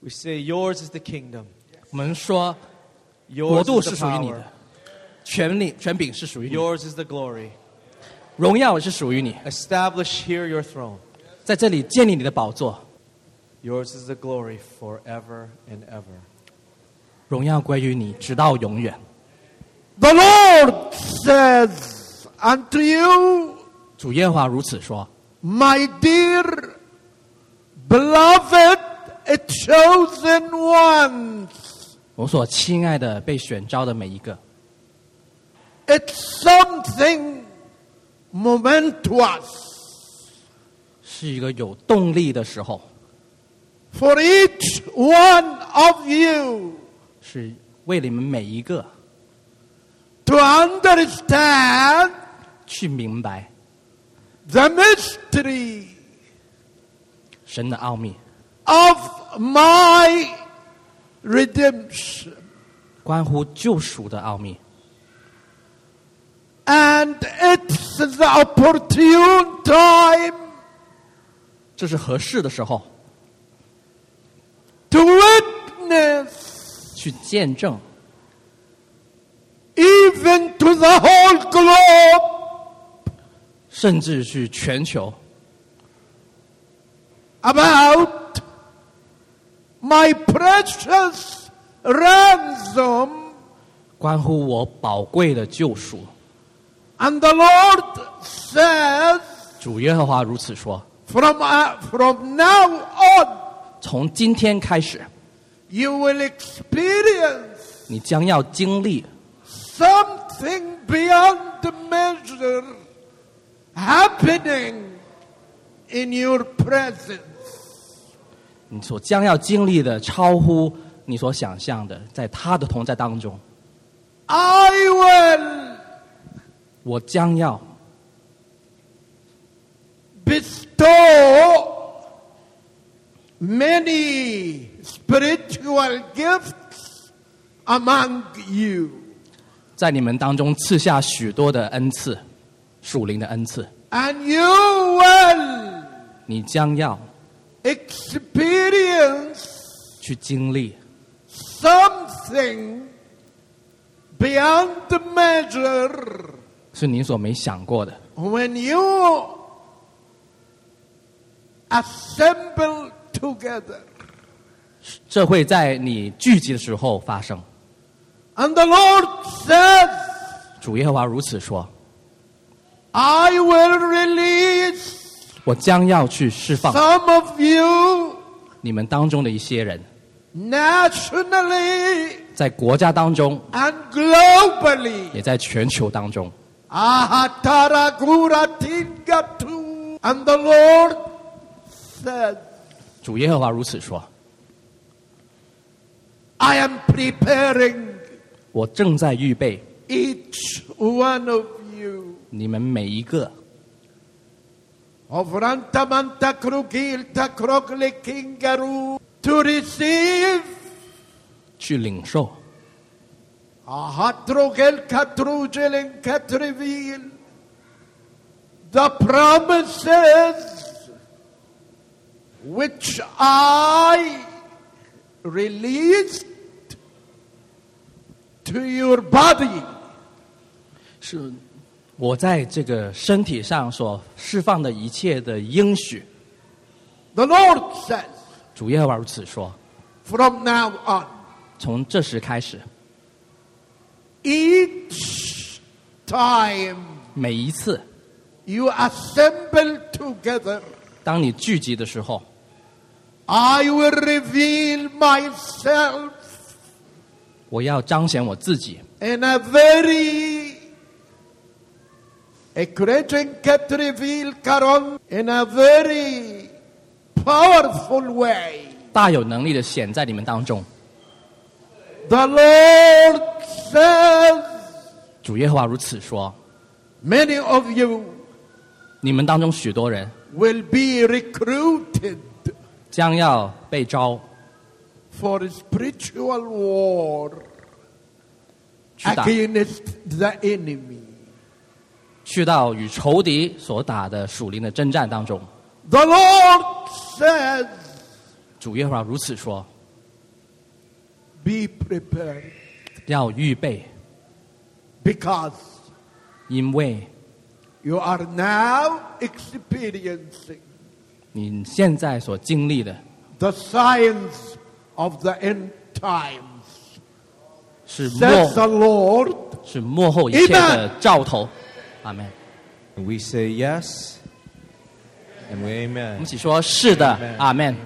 we say, Yours is the kingdom.
我们说国
Yours
度
is
是
the
属于你的
power.，
权力权柄是属于你，
Yours is the glory.
荣耀是属于你，
Establish here your throne.
在这里建立你的宝座，
Yours is the glory forever and ever.
荣耀归于你，直到永远。
The Lord says unto you,
主耶和华如此说：
My dear beloved, a chosen ones,
我所亲爱的被选召的每一个，
it's something momentous.
是一个有动力的时候，
For each one of you
是为你们每一个
to understand
去明白
the mystery
神的奥秘，
of my redemption.
关乎救赎的奥秘，
And it's the opportune time
这是合适的时候
to witness
去见证，
even to the whole globe
甚至去全球
about my precious ransom.
关乎我宝贵的救赎。
And the Lord says,
主耶和华如此说：
from, uh, from now on,
从今天开始，
you will experience
你将要经历
something beyond measure happening in your presence.
你所将要经历的，超乎你所想象的，在他的同在当中，
I
我将要
will bestow many spiritual gifts among you,
在你们当中赐下许多的恩赐，属灵的恩赐，
and you will
你将要
experience
去经历
something beyond measure.
是你所没想过的。
when you assemble together
这会在你聚集的时候发生。
and the lord says
主耶和华如此说
i will release：“
我将要去释放
some of you
你们当中的一些人，
nationally
在国家当中，
and globally
也在全球当中。
Ahataraguratingatu. and the lord says ”
主耶和华如此说
i am preparing：“
我正在预备
each one of you
你们每一个
Ovranta manta krugil ta krogle kingaru to receive
去领受
ahatrogel katrugel katrivil the promises which I released to your body
是我在这个身体上所释放的一切的应许。
the Lord says ”
主耶和华如此说
from now on：“
从这时开始，
each time
每一次
you assemble together,
当你聚集的时候，
I will reveal myself
我要彰显我自己。”
in a very a creating cat reveal Karon in a very powerful way.
大有能力的显在你们当中。
The Lord says,
主耶和华如此说：
many of you
你们当中许多人
will be recruited
将要被招
for spiritual war
去
哎
打
against the enemy.
去到与仇敌所打的属灵的征战当中。
The Lord says,
主耶和华如此说：
be prepared
要预备，
because
因为
you are now experiencing
你现在所经历的
the signs of the end times.
是
Says the
幕
Lord,
是幕后一切的兆头。阿门。
And we say yes. And we
我们
amen.
一起说：是的，阿门。